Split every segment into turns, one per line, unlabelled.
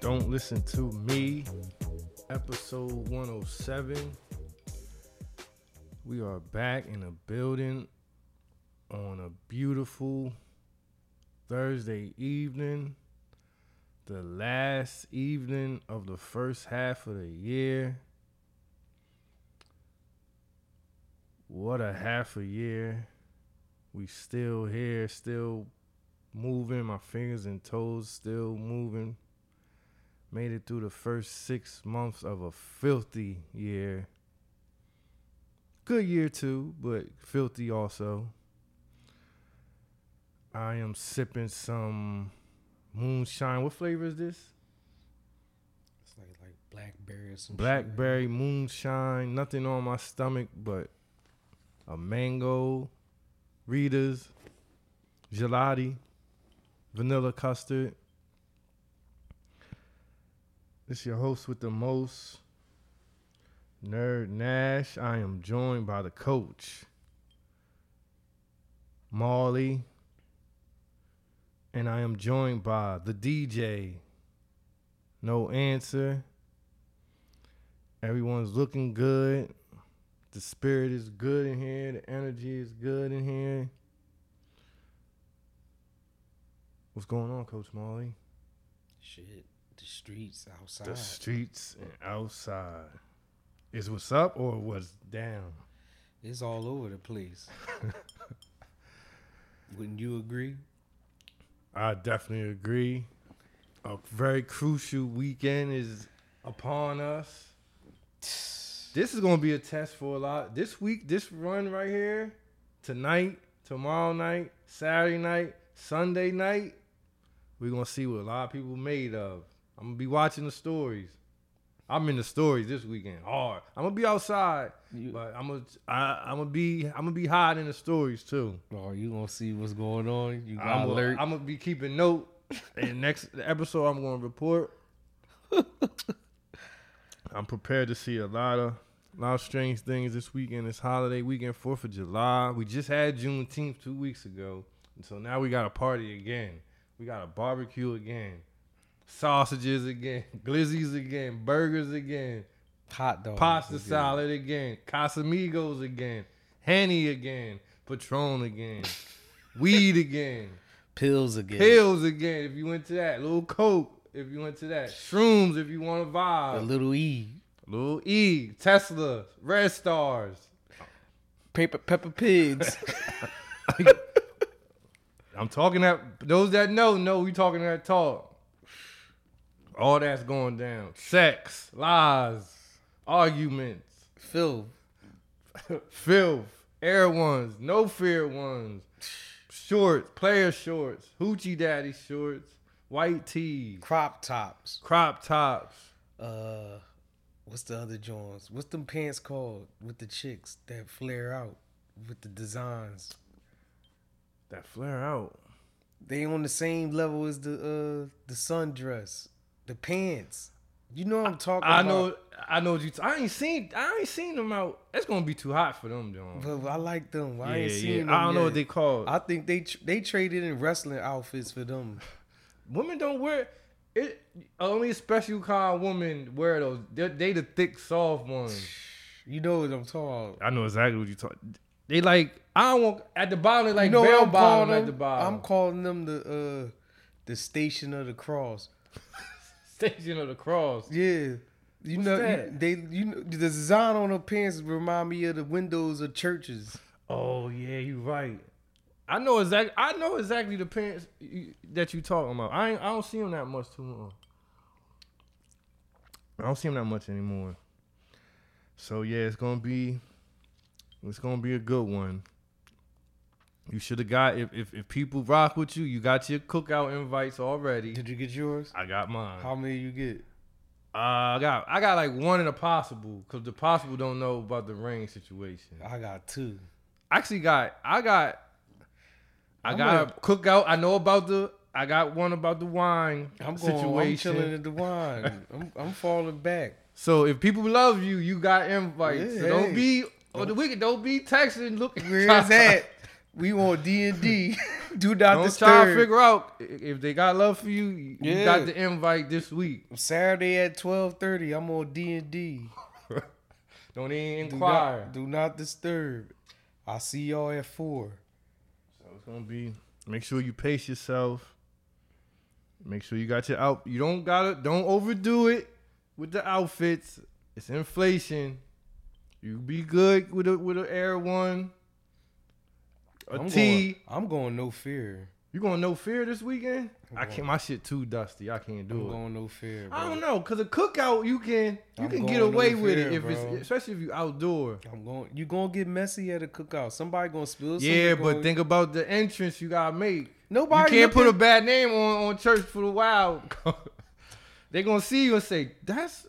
Don't listen to me. Episode 107. We are back in a building on a beautiful Thursday evening. The last evening of the first half of the year. What a half a year. We still here, still moving, my fingers and toes still moving. Made it through the first six months of a filthy year. Good year too, but filthy also. I am sipping some moonshine. What flavor is this?
It's like like blackberry or some shit, right?
Blackberry moonshine. Nothing on my stomach but a mango, Rita's, gelati, vanilla custard. This your host with the most, Nerd Nash. I am joined by the coach, Marley, and I am joined by the DJ. No answer. Everyone's looking good. The spirit is good in here. The energy is good in here. What's going on, Coach Marley?
Shit, the streets outside.
The streets and outside. Is what's up or what's down?
it's all over the place. Wouldn't you agree?
I definitely agree. A very crucial weekend is upon us. This is gonna be a test for a lot. This week, this run right here, tonight, tomorrow night, Saturday night, Sunday night, we're gonna see what a lot of people made of. I'm gonna be watching the stories. I'm in the stories this weekend hard. I'm gonna be outside,
You-
but I'm gonna I, I'm gonna be I'm gonna be hiding the stories too.
Oh, you gonna see what's going on? You got
I'm gonna,
alert.
I'm gonna be keeping note. And next episode, I'm gonna report. I'm prepared to see a lot of lot of strange things this weekend. This holiday weekend, Fourth of July. We just had Juneteenth two weeks ago, and so now we got a party again. We got a barbecue again, sausages again, glizzies again, burgers again,
Hot dog.
pasta salad again, Casamigos again, Henny again, Patron again, weed again.
Pills again.
Pills again if you went to that. Little coke if you went to that. Shrooms if you want to
A
vibe.
little E.
Little E, Tesla, Red Stars.
Paper pepper pigs.
I'm talking that those that know know we talking that talk. All that's going down. Sex, lies, arguments,
Phil.
filth, air ones, no fear ones, shorts, player shorts, hoochie daddy shorts, white tees,
Crop tops.
crop tops.
Uh, what's the other joints? What's them pants called with the chicks that flare out with the designs?
That flare out.
They on the same level as the uh the sundress, the pants. You know what I'm talking
I
about.
know, I know what you. T- I ain't seen, I ain't seen them out. It's gonna be too hot for them, John.
But I like them. I
Yeah,
ain't seen
yeah.
them.
I don't know what they
yet.
called.
I think they tr- they traded in wrestling outfits for them.
Women don't wear it. Only special kind of women wear those. They, they the thick, soft ones.
You know what I'm talking. about.
I know exactly what you talk. They like. I don't want at the bottom. They like
You know what
bell
I'm calling
bottom at
them?
the bottom.
I'm calling them the uh the station of the cross.
Station of the Cross.
Yeah. You know, you,
that?
they you know, the design on her pants remind me of the windows of churches.
Oh yeah, you right. I know exactly. I know exactly the pants you, that you talking about. I ain't, I don't see them that much too much. I don't see them that much anymore. So yeah, it's gonna be, it's gonna be a good one. You should have got if, if if people rock with you, you got your cookout invites already.
Did you get yours?
I got mine.
How many you get?
Uh, I got I got like one in a possible because the possible don't know about the rain situation.
I got two.
actually got I got I
I'm
got a cookout. I know about the I got one about the wine
I'm going.
situation.
I'm chilling at the wine. I'm, I'm falling back.
so if people love you, you got invites.
Yeah,
so don't oh,
hey.
be on the weekend. Don't be texting looking.
Where is that? We want D and D. Do not
Don't try to
disturb.
figure out i- if they got love for you. You
Yeah.
got the invite this week.
Saturday at twelve thirty. I'm on D and D.
Don't even
Do
inquire.
not, do not disturb. I'll see y'all at four.
So it's gonna be. Make sure you pace yourself. Make sure you got your out. You don't gotta. Don't overdo it with the outfits. It's inflation. You be good with a with an air one. A
I'm
T.
going. I'm going no fear.
You going no fear this weekend? I
going-
can't. My shit too dusty. I can't
I'm
do it.
going no fear. Bro.
I don't know, cause a cookout you can you
I'm
can get
going no
away with
fear,
it if
bro.
it's especially if you outdoor.
I'm going. You gonna get messy at a cookout. Somebody gonna spill. something,
Yeah, but
gonna-
think about the entrance you gotta make. You
nobody
can't put a
looking-
bad name on, on church for the wild. they gonna see you and say, "That's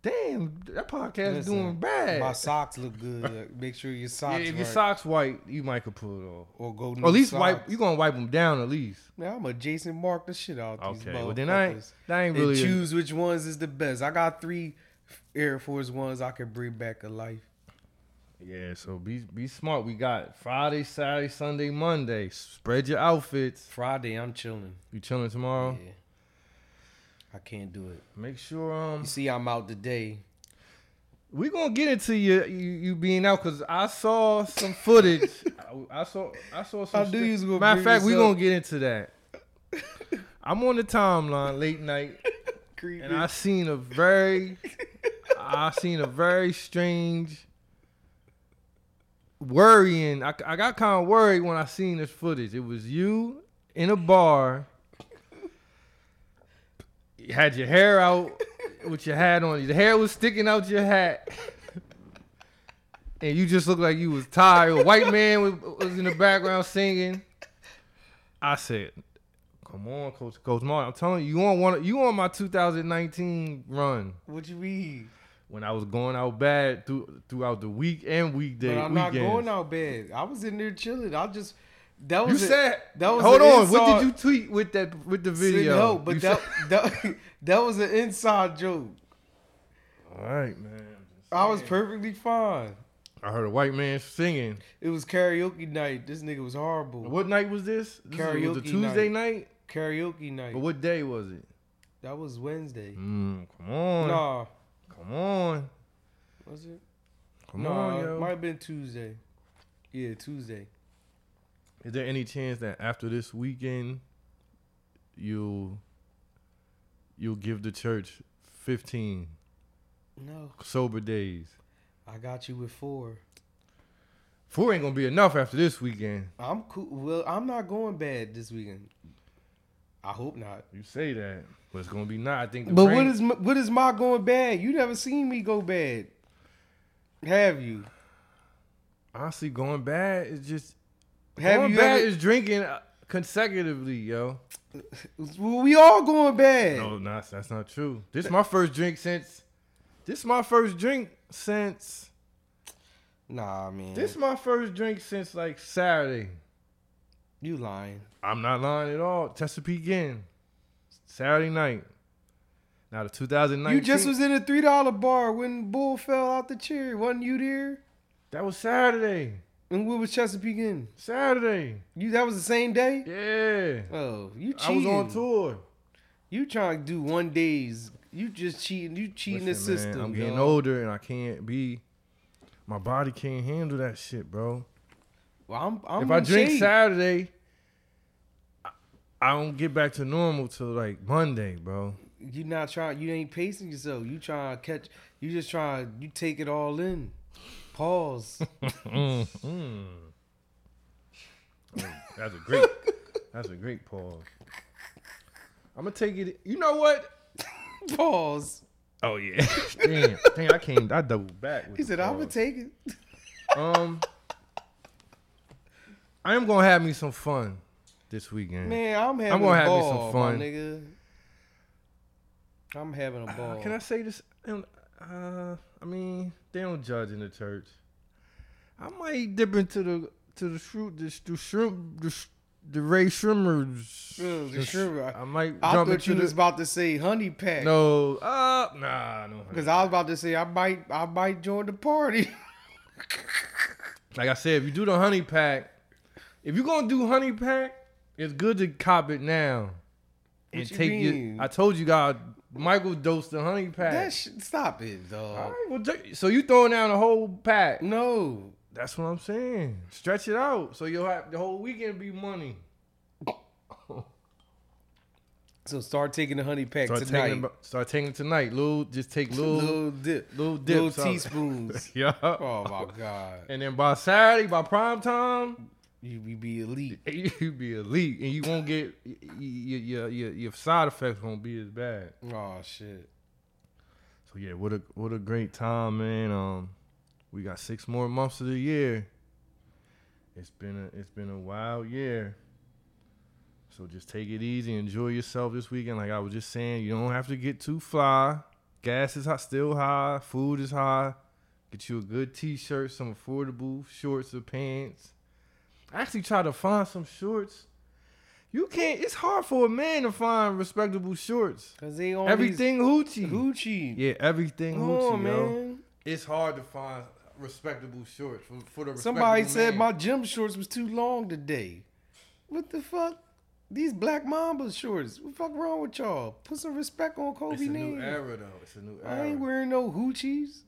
damn that podcast
Listen,
doing bad."
My socks look good. Make sure your
yeah,
socks.
if
right.
your socks white, you might could pull it off.
or go.
Or at least wipe. You gonna wipe them down at least.
Man, I'm a Jason Mark the shit out. These
Okay,
motherfuckers.
well then I ain't, that ain't
and
really. a-
choose which ones is the best. I got three Air Force ones I can bring back to life.
Yeah, so be be smart. We got Friday, Saturday, Sunday, Monday. Spread your outfits.
Friday, I'm chilling.
You chilling tomorrow?
Yeah. I can't do it.
Make sure um
You see, I'm out today.
we gonna get into you you, you being out because I saw some footage. I, I saw I saw some.
I knew you was gonna
Matter of
bring
fact, we
this up.
gonna get into that. I'm on the timeline late night,
Creepy.
and I seen a very I seen a very strange worrying. I, I got kind of worried when I seen this footage. It was you in a bar. You had your hair out with your hat on. Your hair was sticking out your hat. And you just looked like you was tired. A white man was, was in the background singing. I said, "Come on, Coach, Coach Mark. I'm telling you, you on one. of- You on my 2019 run."
what you mean?
when I was going out bad through, throughout the week and weekday.
But I'm not
weekends.
going out bad. I was in there chilling. I just that
You
was a-
said
that was
hold
an
on. What
insult.
did you tweet with that with the
See,
video?
No, but
You
that,
said-
that that was an inside joke.
all right, man. I'm just
I was
saying.
perfectly fine.
I heard a white man singing.
It was karaoke night. This nigga was horrible.
What night was this? this was a
Karaoke
Tuesday night.
Karaoke night.
But what day was it?
That was Wednesday.
Mm, come on,
Nah,
come on,
was it?
come
nah,
on, yo.
it might have been Tuesday. Yeah, Tuesday.
Is there any chance that after this weekend, you'll you'll give the church fifteen
No,
sober days?
I got you with four.
Four ain't gonna be enough after this weekend.
I'm cool. Well, I'm not going bad this weekend. I hope not.
You say that, but it's gonna be not. I think. The
But what
rain-
is my, what is my going bad? You never seen me go bad, have you?
honestly going bad? Is just
Have
going
you
bad
ever-
is drinking uh, consecutively, yo.
Well, we all going bad.
No, nah, that's not true. This is my first drink since. This is my first drink since.
Nah, man.
This is my first drink since like Saturday.
you lying.
I'm not lying at all. Chesapeake again, Saturday night. Now the 2019.
You just was in a three dollar bar when Bull fell out the chair. Wasn't you there?
That was Saturday.
And we was Chesapeake in.
Saturday.
You that was the same day?
Yeah.
Oh, you
I
cheating.
was on tour.
You trying to do one days. You just cheating. You cheating
Listen,
the
man,
system.
I'm getting
dawg.
older and I can't be. My body can't handle that shit, bro.
Well, I'm, I'm
if
in
I drink
shape.
Saturday, I- I don't get back to normal till like Monday, bro.
you not trying. You ain't pacing yourself. You trying to catch. You just trying. You take it all in. Pause.
Mm. Oh, That's a great. that's a great pause. I'm gonna take it. You know what?
Pause.
Oh yeah. damn, damn. I came. I double back. With
He
the
said, "I'm gonna
pause.
take it."
Um, I am gonna have me some fun this weekend.
Man, I'm having
gonna
a
have me
ball,
some fun.
my nigga. I'm having a ball.
Uh, Can I say this? And, Uh, I mean, they don't judge in the church. I might dip into the to the shrimp, the, sh- the shrimp, the, sh- the Ray Shrimmers.
Mm, the shrimp.
I might
I
jump
thought
into
you
the.
was about to say honey pack.
no, uh, nah, no. honey.
Because I was about to say I might I might join the party.
Like I said, if you do the honey pack, If you're gonna do honey pack, it's good to cop it now. And
What you
take
mean?
your. I told you, God, Michael dosed the honey pack.
That sh- stop it, dog.
All right, well, take- so you throwing down the whole pack?
No,
That's what I'm saying. Stretch it out so you'll have the whole weekend be money.
so start taking the honey pack
Start
tonight.
taking, it- start taking it tonight, little. Just take little,
little dip,
little
little
dips. out.
teaspoons.
yeah.
oh my god,
And then by Saturday, by prime time,
you be, be elite.
you be elite, and you won't get y- y- your your your side effects won't be as bad.
Oh shit.
So yeah, what a what a great time, man. Um, we got six more months of the year. It's been a it's been a wild year. So just take it easy, enjoy yourself this weekend. Like I was just saying, you don't have to get too fly. Gas is high, still high. Food is high. Get you a good T-shirt, some affordable shorts or pants. I actually try to find some shorts. You can't. It's hard for a man to find respectable shorts.
Cause they on
Everything
these
hoochie.
Gucci.
Yeah, everything
Come
Gucci,
on,
yo.
man.
It's hard to find respectable shorts for, for the.
Somebody
respectable
said
man.
my gym shorts was too long today. What the fuck? These black mamba shorts. What the fuck wrong with y'all? Put some respect on Kobe
It's a new
name.
era though. It's a new
I
era.
ain't wearing no hoochies.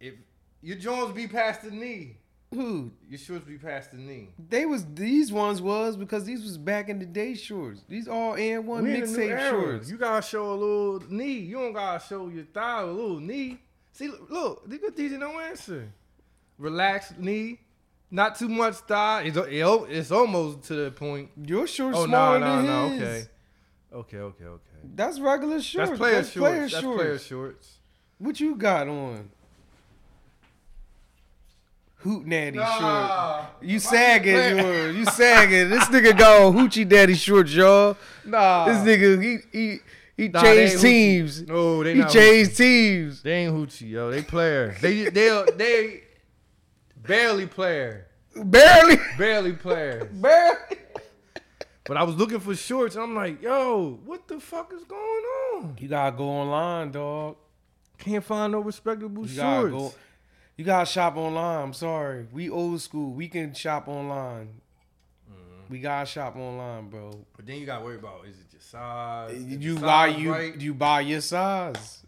if your Jones be past the knee,
Who?
your shorts be past the knee.
They was these ones was because these was back in the day shorts. These all and one
We in a new
mixtape
era.
shorts.
You gotta show a little knee. You don't gotta show your thigh a little knee. See, look, they good teaching no answer. Relaxed knee, not too much thigh. It's it's almost to the point.
Your shorts
Oh no
smaller
no
than
no
his.
okay, okay okay okay.
That's regular shorts.
That's player shorts.
player
That's
shorts.
player shorts.
What you got on? Hoot Natty shorts.
Nah,
You sagging
player-
yours. You sagging. This nigga got on Hoochie Daddy shorts, y'all.
nah.
This nigga, he he, he
Ah. Nah, they
changed
Hoochie.
teams.
No, they
He
not.
changed teams.
Hoochie. They ain't hoochie, yo. They player. They they they barely player,
Barely.
barely player.
Barely.
But I was looking for shorts. And I'm like, yo, what the fuck is going on?
You gotta go online, dog.
Can't find no respectable
You gotta
shorts.
go. You gotta shop online. I'm sorry. We old school. We can shop online.
Mm-hmm.
We gotta shop online, bro.
But then you gotta worry about is it your size? Is the
You
size
buy you
right?
you buy your size.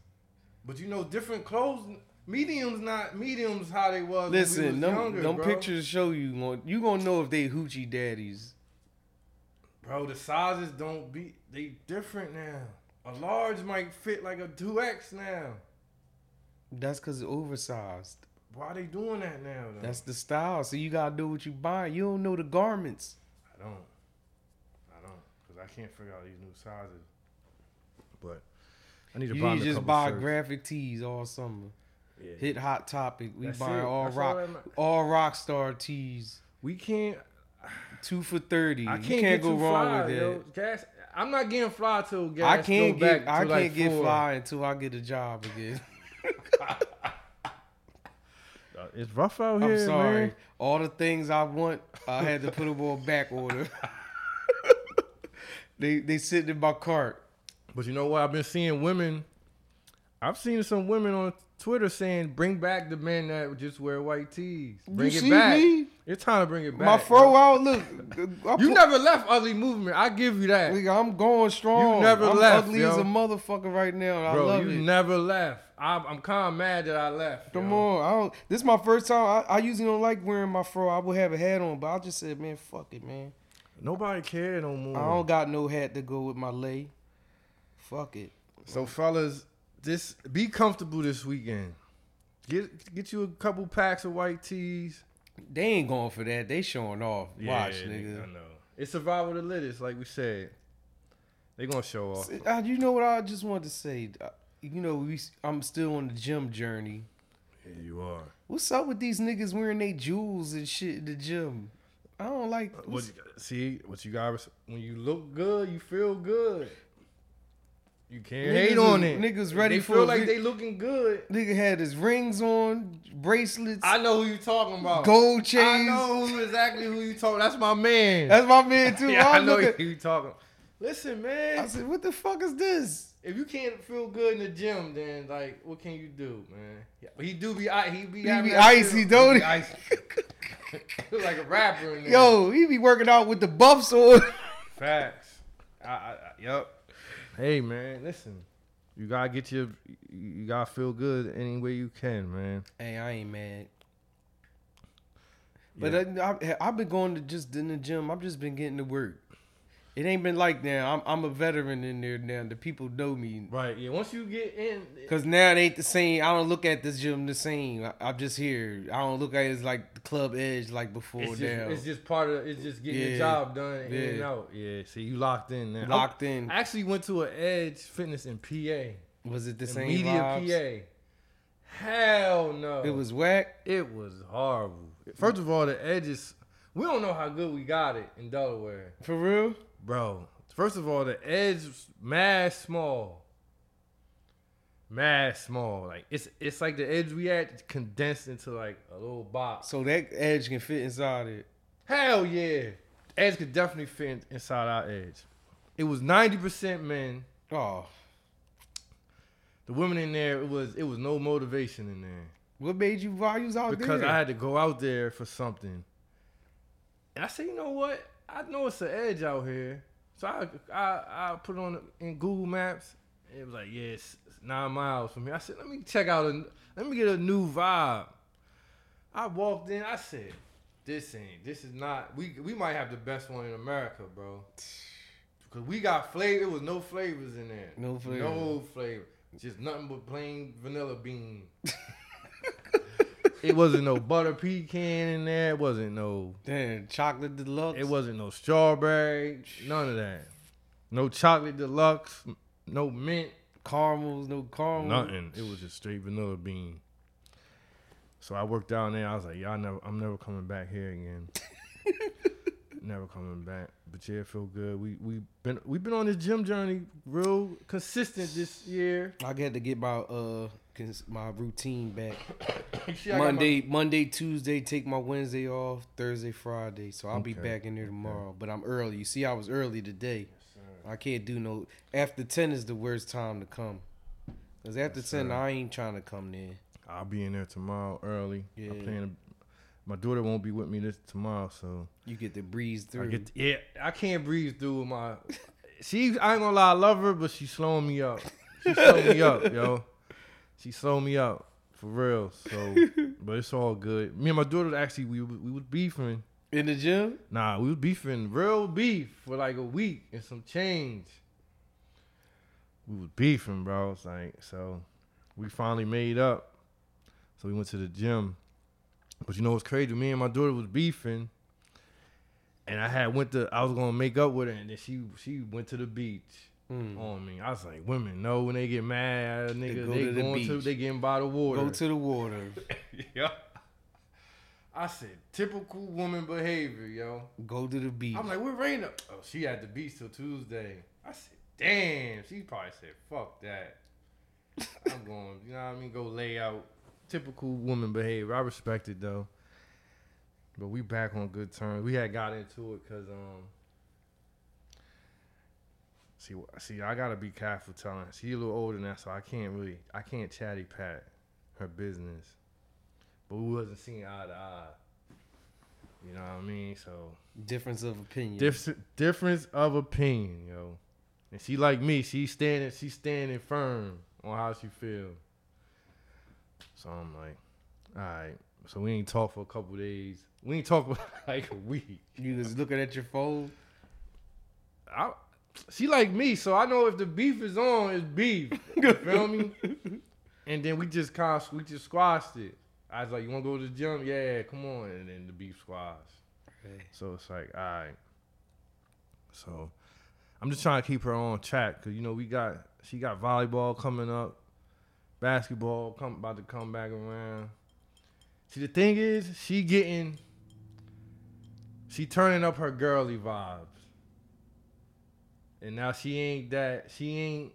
But you know, different clothes. Mediums not mediums how they was. when we was
Listen, them,
younger,
them
bro.
pictures show you gon- you gonna know if they hoochie daddies.
Bro, the sizes don't be they different now. A large might fit like a two X now.
That's cause it's oversized.
Why they doing that now? Though?
That's the style. So you gotta do what you buy. You don't know the garments.
I don't, I don't, cause I can't figure out these new sizes. But I need to
You
buy
need
me
to
a
just
couple
buy
shirts.
graphic tees all summer.
Yeah.
Hit hot topic. We
That's
buy
it.
all
That's all
rock
I'm-
all rock star tees.
We can't.
Two for thirty.
I
you
can't, get
can't go
too
wrong
fly,
with
yo.
it.
Gas. I'm not getting fly till gas.
I can't
go
get
back
I
to
can't
like
get
four.
fly until I get a job again.
Uh, It's rough out here,
I'm sorry.
man.
All the things I want, I had to put them on back order. they they sit in my cart.
But you know what? I've been seeing women. I've seen some women on Twitter saying, "Bring back the men that just wear white tees. Bring it
see
back.
me?
It's time to bring it back.
my fro
yo.
out look. I
You
put-
never left ugly movement. I give you that,
nigga, I'm going strong.
You never
I'm
left,
ugly
yo.
as a motherfucker right now. I
bro.
love
You
it.
never left. I'm, I'm kind of mad that I left.
Come
yo.
on, I don't. This is my first time. I, I usually don't like wearing my fro. I would have a hat on, but I just said, man, fuck it, man.
Nobody care no more.
I don't got no hat to go with my lay. Fuck it.
So fellas, this be comfortable this weekend. Get get you a couple packs of white tees.
They ain't going for that. They showing off. Watch,
I
nigga.
know. It's survival of the littest, like we said. They gonna show off.
See, uh, you know what I just wanted to say? Uh, You know, we. I'm still on the gym journey.
Here you are.
What's up with these niggas wearing they jewels and shit in the gym? I don't like.
What you, see what you got? When you look good, you feel good. You can't
Niggas
hate on
is-
it.
niggas ready
they
for a
feel like
vic-
they looking good.
nigga had his rings on, bracelets,
I know who you talking about.
gold
Oh, I
chains.
know who exactly who you talking. That's my man.
That's my man too.
yeah,
I
I know
look at-
who you talking. Listen,
I
man.
said, what the fuck is this?
If you can't feel good in the gym, then like, what can you do, man? Yeah, but he do be i- he be
He
having
be
that
icy,
feel- he
don't he?
be icy. like a rapper in there.
Yo, he be working out with the buffs on.
facts. I, I, I, yep. Hey, man. Listen, you gotta get your you gotta feel good any way you can, man.
hey, I ain't mad. But I, I, I've been going to just in the gym. I've just been getting to work. It ain't been like now. I'm, I'm a veteran in there now. The people know me.
Right. Yeah. Once you get in,
Cause now it ain't the same. I don't look at this gym the same. I, I'm just here. I don't look at it as like the club edge like before
it's just,
now.
it's just part of it's just getting
Yeah.
your job done in and
Yeah.
out. Yeah. See, you locked in now.
Locked in.
I actually went to an Edge Fitness in PA.
was it the
in
same?
media
vibes?
PA. Hell no.
It was whack.
it was horrible. First of all, the edges. We don't know how good we got it in Delaware,
For real?
bro. First of all, the edge was mad small. Mad small. Like it's it's like the edge we had condensed into like a little box.
So that edge can fit inside it.
Hell yeah. Edge could definitely fit in- inside our edge. It was 90% men.
Oh,
The women in there, it was it was no motivation in there.
what made you why you was out
because
there?
I had to go out there for something. And I said, you know what? I know it's an edge out here, so I I, I put it on in Google Maps. And it was like, yeah, it's, it's nine miles from here. I said, let me check out a let me get a new vibe. I walked in. I said, this ain't this is not we we might have the best one in America, bro. Cause we got flavor. It was no flavors in there.
No flavor.
No flavor. Just nothing but plain vanilla bean. It wasn't no butter pecan in there. It wasn't no.
Damn, chocolate deluxe.
It wasn't no strawberry. None of that. No chocolate deluxe. No mint.
caramels, no caramel.
Nothing. It was just straight vanilla bean. So I worked down there. I was like, y'all never. I'm never coming back here again. never coming back. But yeah, it feel good. We we been we've been on this gym journey real consistent this year.
I had to get my uh cons- my routine back.
You see, I got my-
Monday, Monday, Tuesday, take my Wednesday off. Thursday, Friday, so I'll be
Okay,
back in there tomorrow. But I'm early. You see, I was early today.
sir.
I can't do no after ten is the worst time to come. Cause after
Yes,
ten,
sir.
I ain't trying to come there.
I'll be in there tomorrow early.
Yeah.
I'm playing. My daughter won't be with me this tomorrow, so
You get to breeze through.
I get yeah. I can't breathe through my. She I ain't gonna lie, I love her, but she's slowing me up. She slowing me up, yo. She slowing me up for real. So, but it's all good. Me and my daughter actually we we was beefing.
in the gym.
Nah, we was beefing real beef for like a week and some change. We was beefing, bro. It's like so we finally made up. So we went to the gym. But you know what's crazy? Me and my daughter was beefing. And I had went to I was gonna make up with her and then she she went to the beach
Mm.
on me. I was like, women know when they get mad, nigga,
go
they,
to the
going to
beach.
they getting by the water.
Go to the water.
yeah. I said, typical woman behavior, yo.
Go to the beach.
I'm like, where Raina? Oh, she at the beach till Tuesday. I said, damn. She probably said, fuck that. I'm going, you know what I mean? Go lay out. Typical woman behavior. I respect it though. But we back on good terms. We had got into it because um. See, wh- see, I gotta be careful telling. She a little older now, so I can't really, I can't chatty pat her business. But we wasn't seeing eye to eye. You know what I mean? So
Difference of opinion.
Difference, difference of opinion, yo. And she like me, she standing, she standing firm on how she feel. So I'm like, all right. So we ain't talk for a couple days. We ain't talk for like a week.
you was looking at your phone.
I, she like me, so I know if the beef is on, it's beef. You feel me? And then we just kind of we just squashed it. I was like, you want to go to the gym? Yeah, come on. And then the beef squashed. So it's like, all right. So I'm just trying to keep her on track because you know we got she got volleyball coming up, basketball come about to come back around. See, the thing is, she getting, she turning up her girly vibes, and now she ain't that. She ain't.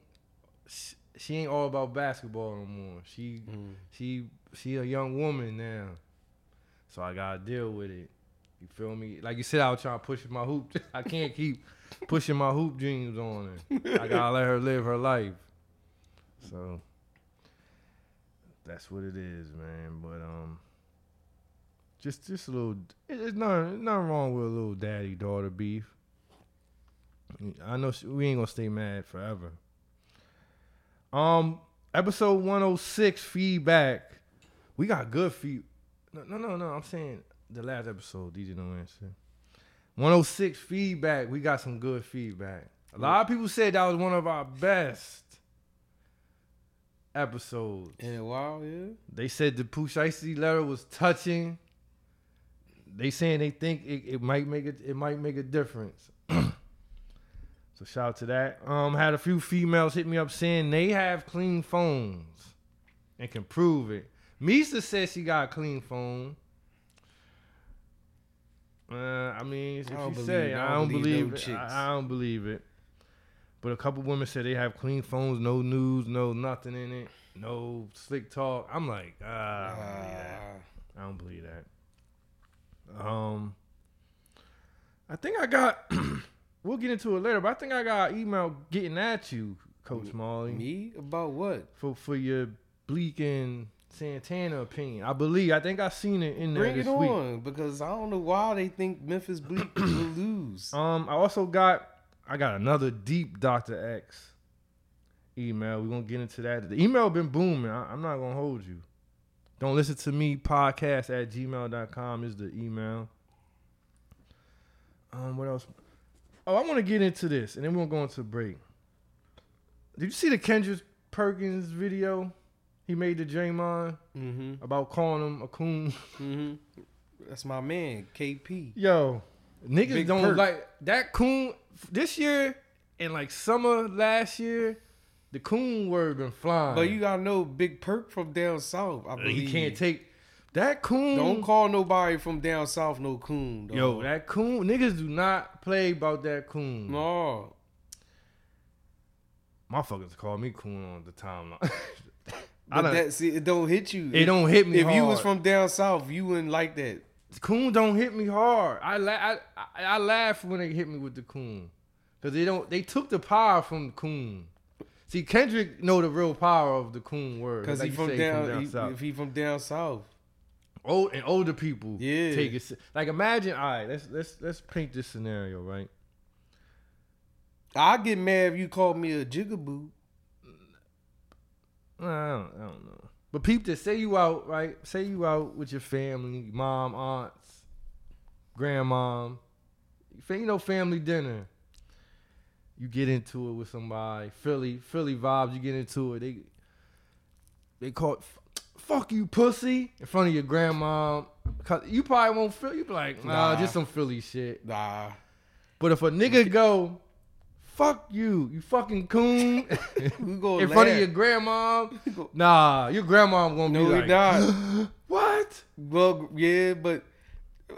She, she ain't all about basketball no more. She
Mm.
she she a young woman now, so I gotta deal with it. You feel me? Like you said, I was trying to push my hoop. I can't keep pushing my hoop dreams on her. I gotta let her live her life. So that's what it is, man. But um, just just a little. it- It's nothing nothing wrong with a little daddy daughter beef. I know she, we ain't gonna stay mad forever. Um, episode one hundred six feedback. We got good feed. No, no, no, no. I'm saying the last episode. DJ No Answer. 106 feedback. We got some good feedback. A lot of people said that was one of our best episodes.
In a while, yeah.
They said the Pusheisi letter was touching. They saying they think it, it might make it it might make a difference. so shout out to that. Um, had a few females hit me up saying they have clean phones and can prove it. Misa says she got a clean phone. Uh, I mean, if
I don't
you
believe-
say I don't believe,
them
it,
chicks.
I, I don't believe it. But a couple women said they have clean phones, no news, no nothing in it, no slick talk. I'm like, ah, I don't believe that. I don't
Ah,
believe that. Um, I think I got. we'll get into it later, but I think I got an email getting at you, Coach Molly,
me about what?
for for your bleak and Santana opinion. I believe. I think I seen it in there
Bring
this
it
week.
on because I don't know why they think Memphis Bleak will lose.
Um, I also got I got another deep Doctor X email. We're gonna get into that. The email been booming. I, I'm not gonna hold you. Don't listen to me podcast at gmail.com is the email. Um, what else? Oh, I want to get into this, and then we're gonna go into break. Did you see the Kendrick Perkins video? He made to Draymond
Mm-hmm.
about calling him a coon.
Mm-hmm. That's my man, KP.
Yo, niggas
Big
don't
perk.
like that coon. This year and like summer last year, the coon word been flying.
But you gotta know Big Perk from down south. I
Like,
believe
Uh, you can't take that coon.
Don't call nobody from down south no coon. Dog.
Yo, that coon niggas do not play about that coon.
no.
Motherfuckers call me coon on the timeline. I
But
don't,
that see, it don't hit you.
it don't hit me.
If you was
hard.
from down south, you wouldn't like that.
coon don't hit me hard. I la- I, I I laugh when they hit me with the coon, cause they don't. They took the power from the coon. See, Kendrick know the real power of the coon word.
Cause
like
he
you
from
say,
down, he-
south.
if he from down south.
Old and older people,
Yeah.
take it. se- Like imagine, all right, let's let's let's paint this scenario, right?
I get mad if you call me a jigaboo.
Nah, I don't, I don't know. But peep this. Say you out, right? Say you out with your family, mom, aunts, grandmom. Fa- You know, family dinner. You get into it with somebody. Philly, Philly vibes. You get into it. They they call it, "Fuck you, pussy," in front of your grandma. 'Cause You probably won't feel. You be like, nah,
Nah.
just some Philly shit.
Nah.
But if a nigga go, "Fuck you, you fucking coon,"
We gonna
in
laugh.
front of your grandma. Nah, your grandma gonna be
No, we
like,
not.
what?
Well, yeah, but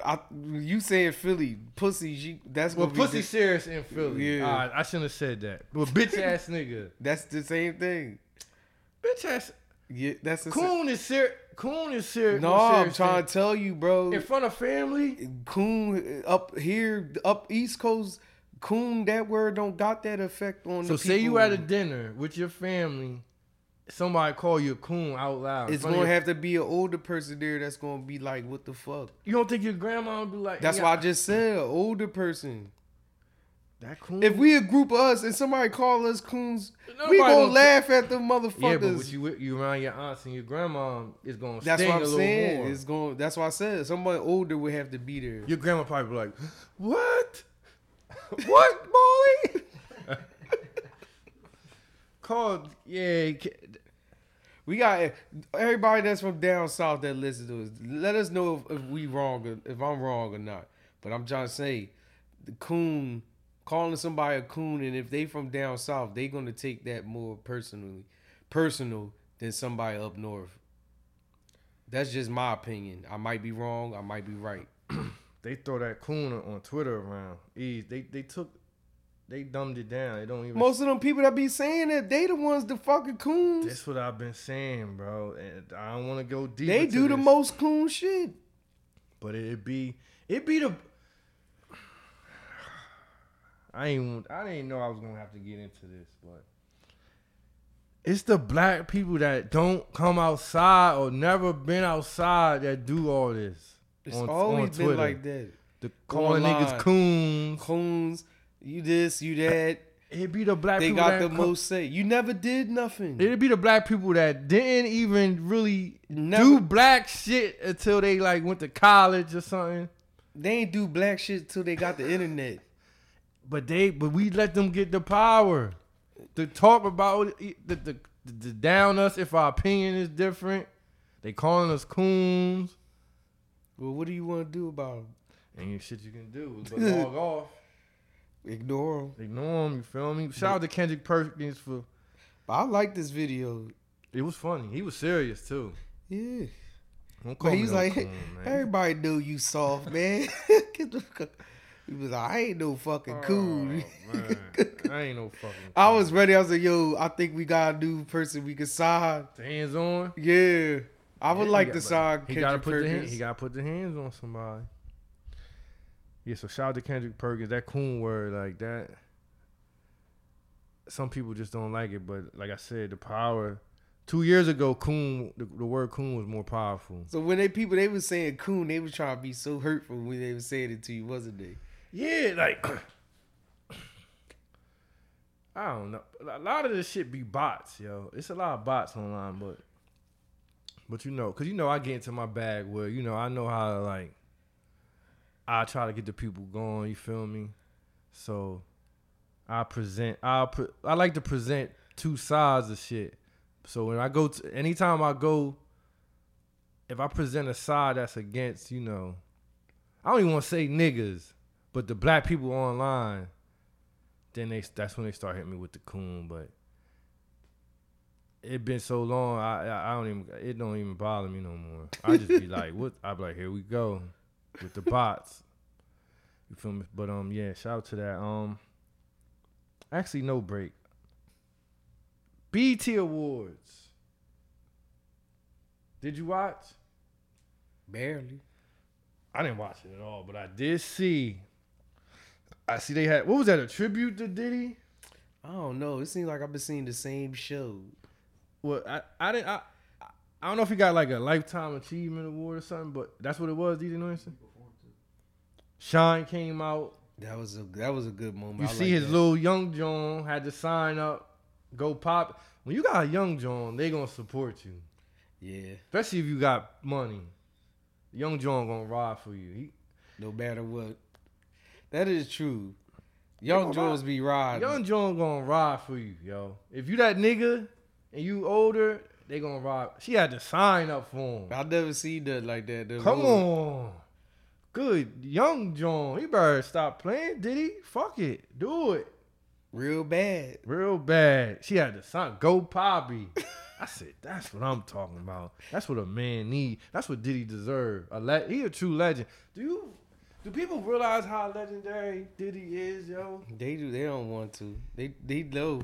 I, you saying Philly pussy? You, that's
Well,
what
pussy
We did.
serious in Philly.
Yeah.
Alright, I shouldn't have said that. Well, bitch ass nigga,
That's the same thing.
bitch ass
Yeah, that's the same.
coon is serious. Coon is serious.
No, I'm trying to tell you, bro.
in front of family.
coon uh, up here, up East Coast, coon. That word don't got that effect on.
So
the
say you
people.
at a dinner with your family, somebody call you a coon out loud. in
It's
front of
gonna
your-
have to be an older person there that's gonna be like, "What the fuck?"
You don't think your grandma would be like?
That's
yeah,
why I just said an older person.
that coon.
If we a group of us and somebody call us coons,
Nobody
we gonna
gonna-
laugh at the
yeah, but
motherfuckers.
with you you around your aunts and your grandma, it's gonna
that's
sting
what
a
I'm
little
saying.
more.
It's going. to That's why I said somebody older would have to be there.
Your grandma probably be like, "What? what, Molly?" Called, yeah. ca-
We got e, everybody that's from down south that listens to us. Let us know if, if we wrong, or, if I'm wrong or not. But I'm trying to say, the coon calling somebody a coon, and if they from down south, they gonna take that more personally, personal than somebody up north. That's just my opinion. I might be wrong. I might be right.
They throw that coon on Twitter around. Ease. They they took, they dumbed it down. They don't even.
Most of them people that be saying that they the ones the fucking coons.
That's what I've been saying, bro. And I don't want to go deep.
they do the
most.
most coon shit.
But it'd be it'd be the I ain't I didn't know I was gonna have to get into this, but it's the black people that don't come outside or never been outside that do all this.
It's
on- on
always
Twitter.
been like that.
The calling niggas
Online.
coons.
Coons, you this, you that.
It be the black
They
people
got
that
the
come-
most say. You never did nothing.
It'd be the black people that didn't even really
Never-
do black shit until they like went to college or something.
they ain't do black shit till they got the internet.
But they, but we let them get the power to talk about it, e, the, the, the, the down us if our opinion is different. They calling us coons
Well, what do you want to do about it?
and shit you can do, but log off,
Ignore them.
ignore them. You feel me? Shout out to Kendrick Perkins for
I like this video.
it was funny. He was serious too.
Yeah.
Don't call
But
me
he's
no
like,
coon, man.
everybody know you soft, man. Get the fuck- he was like, I ain't no fucking coon.
Oh, man. I ain't no fucking.
I
coon.
was ready. I was like, yo, I think we got a new person we could sign.
hands on.
Yeah. I would
Yeah,
like
he
to
got-
sign
He
Kendrick
got to put the hand-
Perkins.
he got to put the hands on somebody. Yeah, so shout out to Kendrick Perkins. That coon word like that. Some people just don't like it, but like I said, the power. Two years ago, coon the, the word coon was more powerful.
so when they people they was saying coon, they was trying to be so hurtful when they was saying it to you, wasn't they?
Yeah, like I don't know. A lot of this shit be bots, yo. It's a lot of bots online, but but you know, cause you know I get into my bag where you know I know how to like I try to get the people going. You feel me? So I present. I pre- I like to present two sides of shit. So when I go to anytime I go, if I present a side that's against, you know, I don't even want to say niggas, but the black people online, then they that's when they start hitting me with the coon. But it been so long, I I, I don't even it don't even bother me no more. I just be like, what? I be like, here we go with the bots. You feel me? But um, yeah, shout out to that. Um, actually, no break. BT Awards. Did you watch?
Barely.
I didn't watch it at all, but I did see. I see they had what was that a tribute to Diddy?
I don't know. Oh, It seems like I've been seeing the same show.
Well, I I didn't I, I- I don't know if he got like a lifetime achievement award or something, but that's what it was. DJ Nelson. Shine came out.
That was a that was a good moment.
You
I
see
like
his
that.
little young John had to sign up, go pop. When you got a young John, they gonna support you,
yeah.
especially if you got money. Young John gonna ride for you. He,
No matter what. That is true. Young Jones be riding.
Young John gonna ride for you, yo. If you that nigga and you older, they gonna ride. She had to sign up for him.
I never seen that like that. The
Come
little-
on. Good young John. He better stop playing, did he? Fuck it. Do it.
Real bad.
Real bad. She had to sign go Poppy. I said, that's what I'm talking about. That's what a man need. That's what Diddy deserve. A le- he a true legend. Do you do people realize how legendary Diddy is, yo?
They do they don't want to. They they know.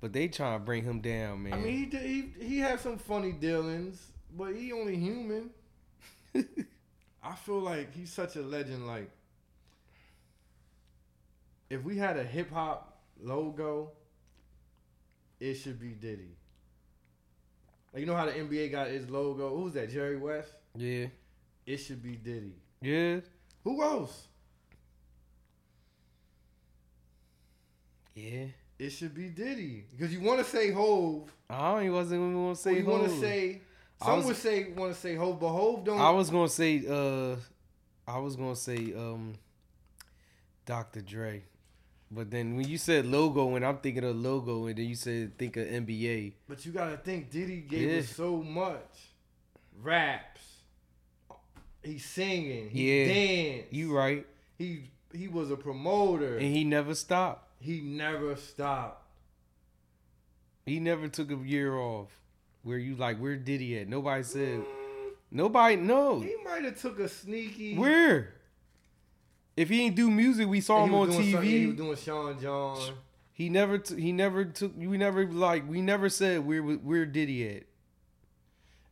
But they trying to bring him down, man.
I mean, he did, he he had some funny dealings, but he only human. I feel like he's such a legend. Like, if we had a hip hop logo, it should be Diddy. Like, you know how the NBA got his logo? Who's that? Jerry West.
yeah.
It should be Diddy.
Yeah.
Who else?
Yeah.
It should be Diddy because you want to say Hove,
I don't, he wasn't even gonna
or
say
you want to
Hov.
say
I
some
was-
would say want to say Hove, but Hove don't.
I was gonna say uh I was gonna say um Dr. Dre. But then when you said logo and I'm thinking of logo and then you said think of NBA.
But you gotta think Diddy gave us
Yeah.
so much. Raps. He's singing. He
Yeah.
dance.
You right.
He he was a promoter.
And
He,
he never stopped.
never stopped.
He never took a year off. Where you like, where did he at? Nobody said. Nobody no.
He might have took a sneaky
Where? If he ain't do music, we
and
saw him
he
on
was doing something- He
TV.
was doing Sean John.
he never t- he never took we never like we never said where wa- where did he at?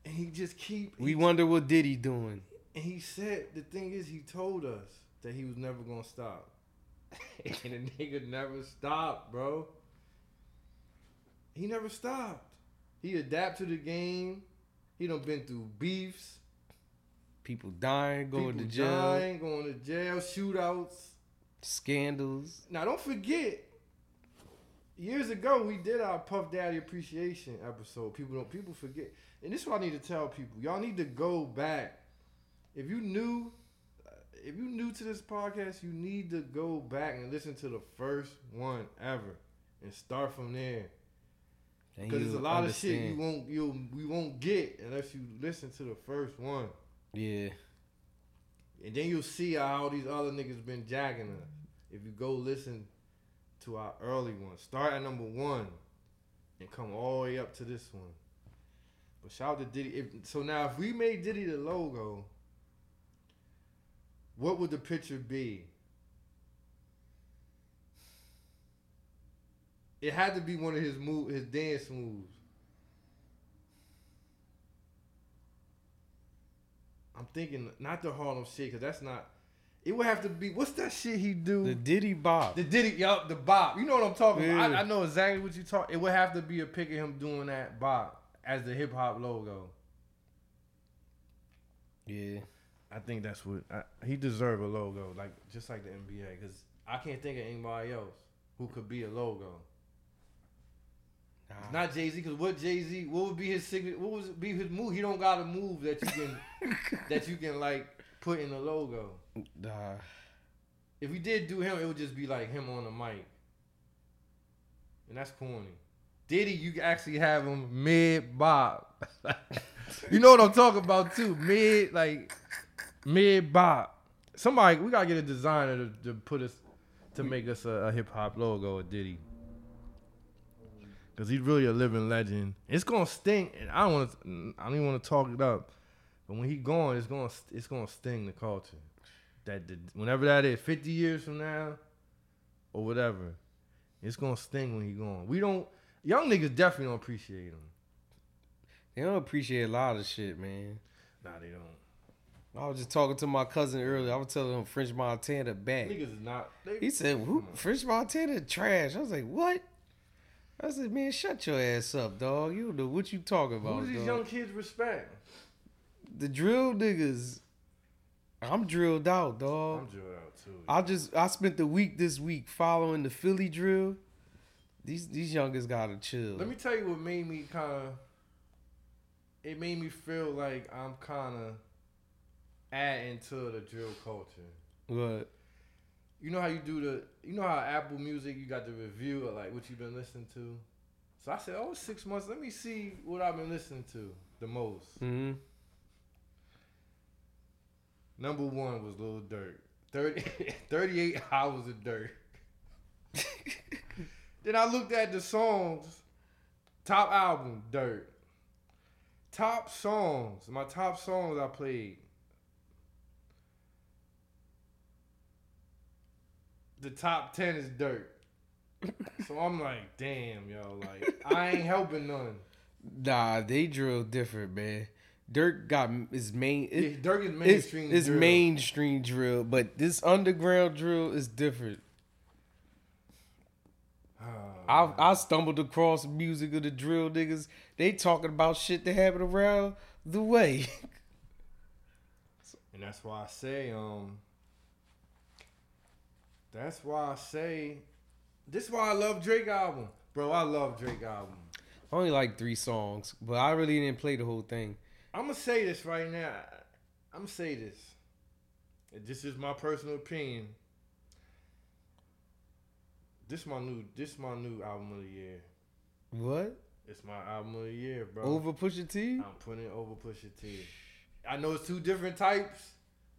And he just keep
We
he,
wonder what did he doing.
and he said the thing is he told us that he was never gonna stop. and the nigga never stopped, bro. He never stopped. He adapted to the game. He done been through beefs,
People dying, going
people
to jail,
dying, going to jail, shootouts.
scandals.
Now don't forget, years ago we did our Puff Daddy appreciation episode. People don't people forget, and this is what I need to tell people. Y'all need to go back. If you new, if you new to this podcast, you need to go back and listen to the first one ever, and start from there.
And
Because
you
there's a lot of shit
understand.
you won't you we won't get unless you listen to the first one,
Yeah,
and then you'll see how all these other niggas been jacking us. If you go listen to our early ones, start at number one, and come all the way up to this one. But shout out to Diddy. If, so now, if we made Diddy the logo, what would the picture be? It had to be one of his move, his dance moves. I'm thinking not the Harlem shit because that's not. It would have to be what's that shit he do?
the Diddy Bob.
The Diddy, yup, the bop. You know what I'm talking about.
Yeah.
I, I know exactly what you talk. It would have to be a pic of him doing that bop as the hip hop logo.
Yeah,
I think that's what I, he deserve a logo, like just like the NBA, because I can't think of anybody else who could be a logo. It's
nah.
not Jay Z, because what Jay Z? What would be his signature? What would be his move? He don't got a move that you can that you can like put in a logo.
nah.
If we did do him, it would just be like him on the mic, and that's corny. Diddy, you actually have him mid bop. you know what I'm talking about too. Mid like mid bop. Somebody, we gotta get a designer to, to put us to make us a, a hip hop logo of Diddy, because he's really a living legend. It's gonna stink, and I don't want to. I don't even want to talk it up. But when he gone, it's gonna it's gonna sting the culture that the, whenever that is, fifty years from now, or whatever, it's gonna sting when he gone. We don't young niggas definitely don't appreciate him.
They don't appreciate a lot of shit, man.
Nah, they don't.
I was just talking to my cousin earlier. I was telling him French Montana back.
Niggas is not. They,
He said, Who, French Montana trash. I was like, what? I said, man, shut your ass up, dog. You don't know what you talking
who
about,
do these
dog.
young kids respect?
the drill niggas, I'm drilled out,
I'm
dog.
drilled out too.
I just I spent the week this week following the Philly drill. These these youngers gotta chill.
Let me tell you what made me kind of. It made me feel like I'm kind of adding to the drill culture.
what?
You know how you do the you know how Apple Music you got the review of like what you've been listening to. So I said, Oh, it's six months, let me see what I've been listening to the most.
hmm
Number one was Lil Dirt. 30, 38 hours of dirt. then I looked at the songs. Top album, Dirt. Top songs. My top songs I played. The top 10 is Dirt. so I'm like, damn, yo. Like, I ain't helping none.
Nah, they drill different, man. Dirk got his main it,
Yeah, Dirt is
it's,
mainstream.
it's
drill.
mainstream drill, but this underground drill is different.
Ah,
I I stumbled across music of the drill niggas. They talking about shit that happened around the way.
And that's why I say, um, that's why I say, this is why I love Drake album, bro. I love Drake album.
I only like three songs, but I really didn't play the whole thing.
I'm gonna say this right now. I'm gonna say this. And This is my personal opinion. This my new, this my new album of the year.
What?
It's my album of the year, bro.
Over Pusha T?
I'm putting it over Pusha T. I know it's two different types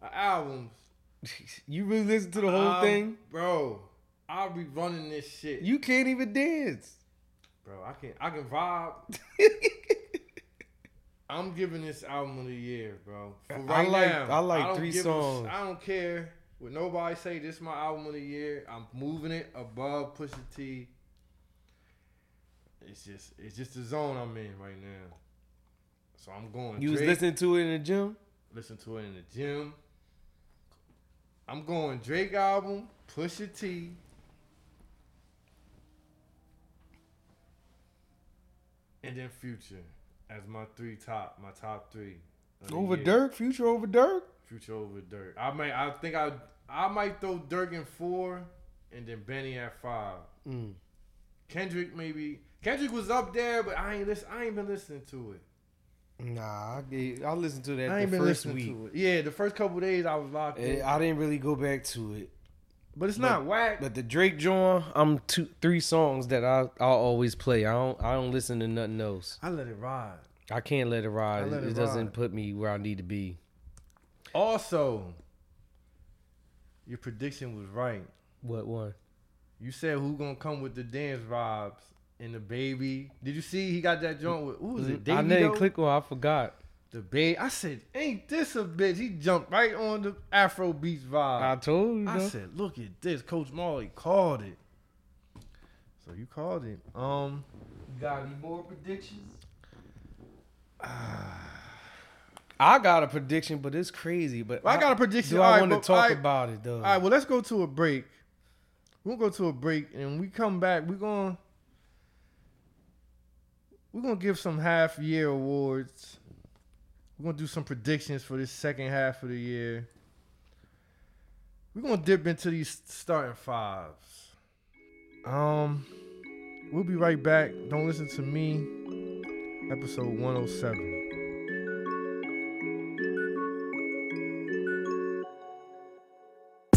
of albums.
you really listen to the whole
Um,
thing?
bro. I'll be running this shit.
You can't even dance.
Bro, I can I can vibe. I'm giving this album of the year, bro. For
I
right
like-
now,
I like
don't
three
give a s-
songs.
I don't care what nobody say. This my album of the year. I'm moving it above Pusha T. It's just it's just the zone I'm in right now. So I'm going.
you was
Drake.
listening to it in the gym?
Listen to it in the gym. I'm going Drake album, Pusha T. And then Future as my three top, my top three. of the
Over
year.
Dirk, future over Dirk.
Future over Dirk. I might. I think I. I might throw Dirk in four, and then Benny at five.
Mm.
Kendrick maybe. Kendrick was up there, but I ain't listen. I ain't been listening to it.
Nah, I, did- I listened to that
I ain't
the
been
first
listening
week.
to it. Yeah, the first couple days I was locked in,
Eh, I didn't really go back to it.
but it's not whack.
But the Drake joint, I'm two, three songs that I I always play. I don't I don't listen to nothing else.
I let it ride.
I can't let it ride.
I let
it
it
doesn't
ride.
put me where I need to be.
Also, your prediction was right.
What one?
You said who gonna come with the dance vibes and the baby. Did you see he got that joint with who was it?
I
Davey
didn't
Doe?
click on. I forgot.
the babe. I said, ain't this a bitch? He jumped right on the Afro Beats
I
vibe.
told you.
I,
though.
said, look at this. Coach Marley called it. So you called it. Um,
Got any more predictions? I got a prediction, but it's crazy. But
Well, I got a prediction.
Do I
All right,
want
but-
to talk
all right.
about it though?
all right. Well, let's go to a break. We'll go to a break, and when we come back, we're gonna we're gonna give some half year awards. We're gonna do some predictions for this second half of the year. We're gonna dip into these starting fives. Um, we'll be right back. Don't listen to me. Episode 107.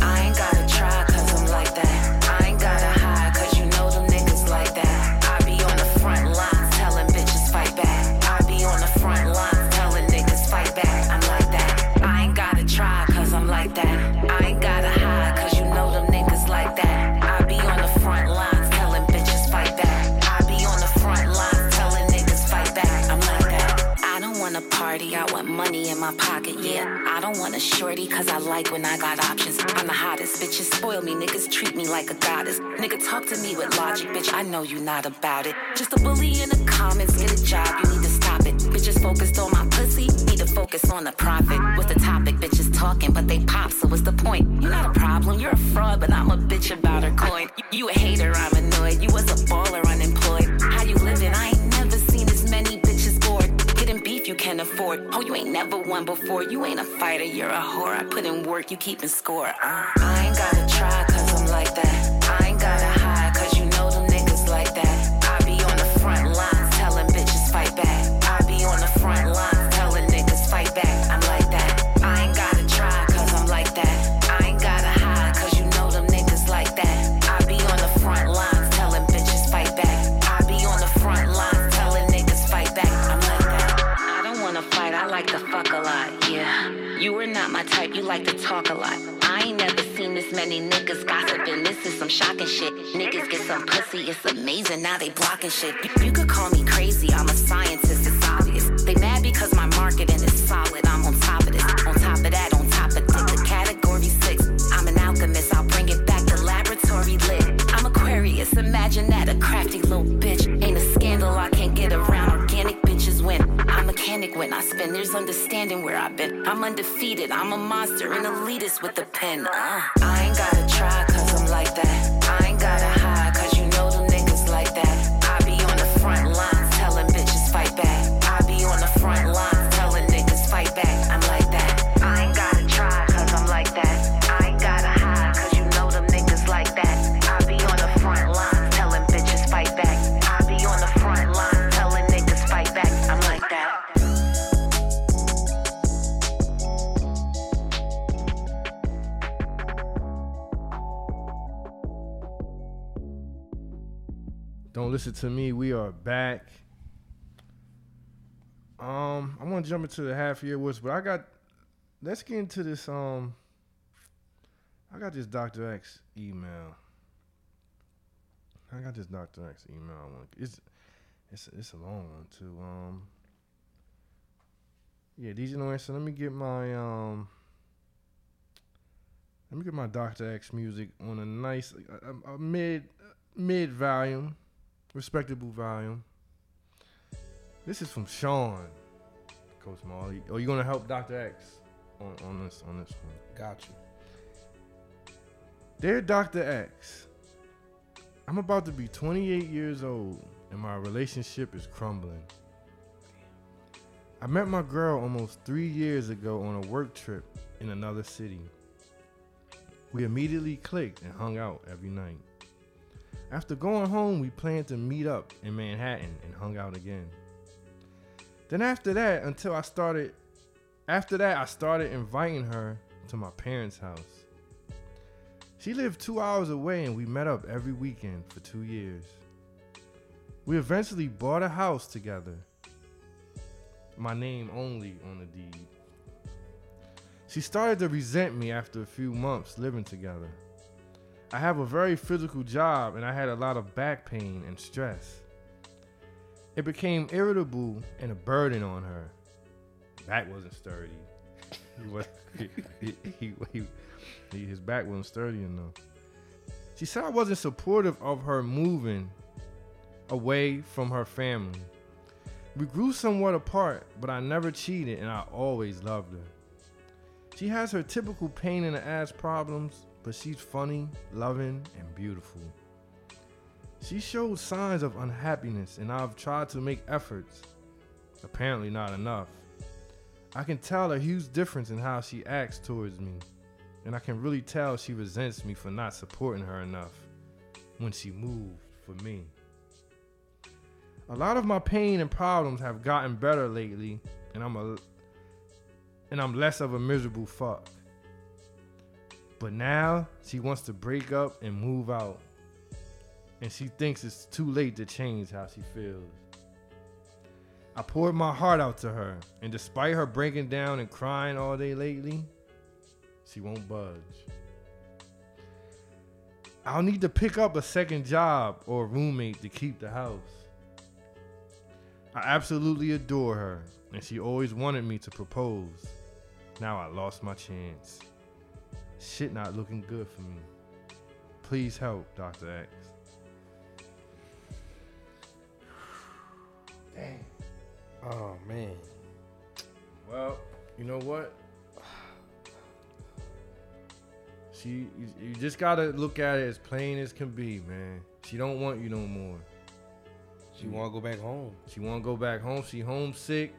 I ain't gotta try cause I'm like that. I ain't gotta hide cause you know them niggas like that. I be on the front lines telling bitches fight back. I be on the front lines telling niggas fight back. I'm like that. I ain't gotta try cause I'm like that. I ain't gotta hide cause you know them niggas like that. I be on the front lines telling bitches fight back. I be on the front lines telling niggas fight back. I'm like that. I don't wanna party, I want money in my pocket, yeah. I don't want a shorty, cause I like when I got options. I'm the hottest, bitches spoil me, niggas treat me like a goddess. Nigga, talk to me with logic, bitch, I know you not about it. Just a bully in the comments, get a job, you need to stop it. Bitches focused on my pussy, need to focus on the profit. What's the topic? Bitches talking, but they pop, so what's the point? You not a problem, you're a fraud, but I'm a bitch about her coin. You a hater, I'm annoyed, you was a baller, unemployed. How you living? I ain't never seen as many bitches bored. Getting beef you can afford. Oh, you ain't never won before. You ain't a fighter, you're a whore. I put in work, you keepin' score. Uh. I ain't gotta try, cause I'm like that. I ain't gotta hide, cause you know them niggas like that. I be on the front lines telling bitches fight back. I be on the front lines telling niggas fight back. I'm like that. I ain't gotta try, cause I'm like that. I ain't gotta hide, cause you know them niggas like that. I be on the front lines telling bitches fight back. I be on the front lines telling niggas fight back. I'm like that. I don't wanna fight, I like to fuck a lot, yeah. You are not my type, you like to talk a lot. I ain't never seen this many niggas gossiping. This is some shocking shit. Niggas get some pussy, it's amazing. Now they blocking shit. You, you could call me crazy, I'm a scientist, it's obvious. They mad because my marketing is solid. I'm on top of this. On top of that, on top of this. The category six. I'm an alchemist, I'll bring it back to laboratory lit. I'm Aquarius, imagine that a crafty little bitch. Ain't a scandal I can't get around. Organic bitches win. I'm mechanic when I spin. There's understanding where I've been. I'm undefeated. I'm a monster, an elitist with a pen. Uh. I ain't gotta try, cause I'm like that. I ain't gotta hide, cause you know them niggas like that. I be on the front lines telling bitches fight back. I be on the front lines telling niggas fight back. I'm like that. I ain't gotta try, cause I'm like that. I ain't gotta hide, cause you know them niggas like that. I be on the front lines telling bitches fight back. I be on the front lines telling niggas fight back. I'm like that.
Don't listen to me. We are back. Um, I'm gonna jump into the half year what's but I got let's get into this um I got this Dr. X email. I got this Dr. X email I want it's it's it's a long one too. Um Yeah, DJ no answer. Let me get my um let me get my Dr. X music on a nice a, a, a mid mid volume respectable volume. This is from Sean, Coach Molly. Oh, you gonna help Dr. X on, on this on this one?
Got you.
Dear Dr. X, I'm about to be 28 years old and my relationship is crumbling. I met my girl almost three years ago on a work trip in another city. We immediately clicked and hung out every night. After going home, we planned to meet up in Manhattan and hung out again. Then after that, until I started, after that, I started inviting her to my parents' house. She lived two hours away and we met up every weekend for two years. We eventually bought a house together. My name only on the deed. She started to resent me after a few months living together. I have a very physical job and I had a lot of back pain and stress. It became irritable and a burden on her. Back wasn't sturdy. He was- he- he- he- he- his back wasn't sturdy enough. She said I wasn't supportive of her moving away from her family. We grew somewhat apart, but I never cheated and I always loved her. She has her typical pain in the ass problems, but she's funny, loving, and beautiful. She showed signs of unhappiness, and I've tried to make efforts. Apparently, not enough. I can tell a huge difference in how she acts towards me, and I can really tell she resents me for not supporting her enough when she moved for me. A lot of my pain and problems have gotten better lately, and I'm a and I'm less of a miserable fuck. But now she wants to break up and move out. And she thinks it's too late to change how she feels. I poured my heart out to her, and despite her breaking down and crying all day lately, she won't budge. I'll need to pick up a second job or a roommate to keep the house. I absolutely adore her, and she always wanted me to propose. Now I lost my chance. Shit not looking good for me. Please help, Dr. X.
Oh man.
Well, you know what? She, you, you just gotta look at it as plain as can be, man. She don't want you no more.
She
Hmm.
wanna go back home.
She wanna go back home. She homesick.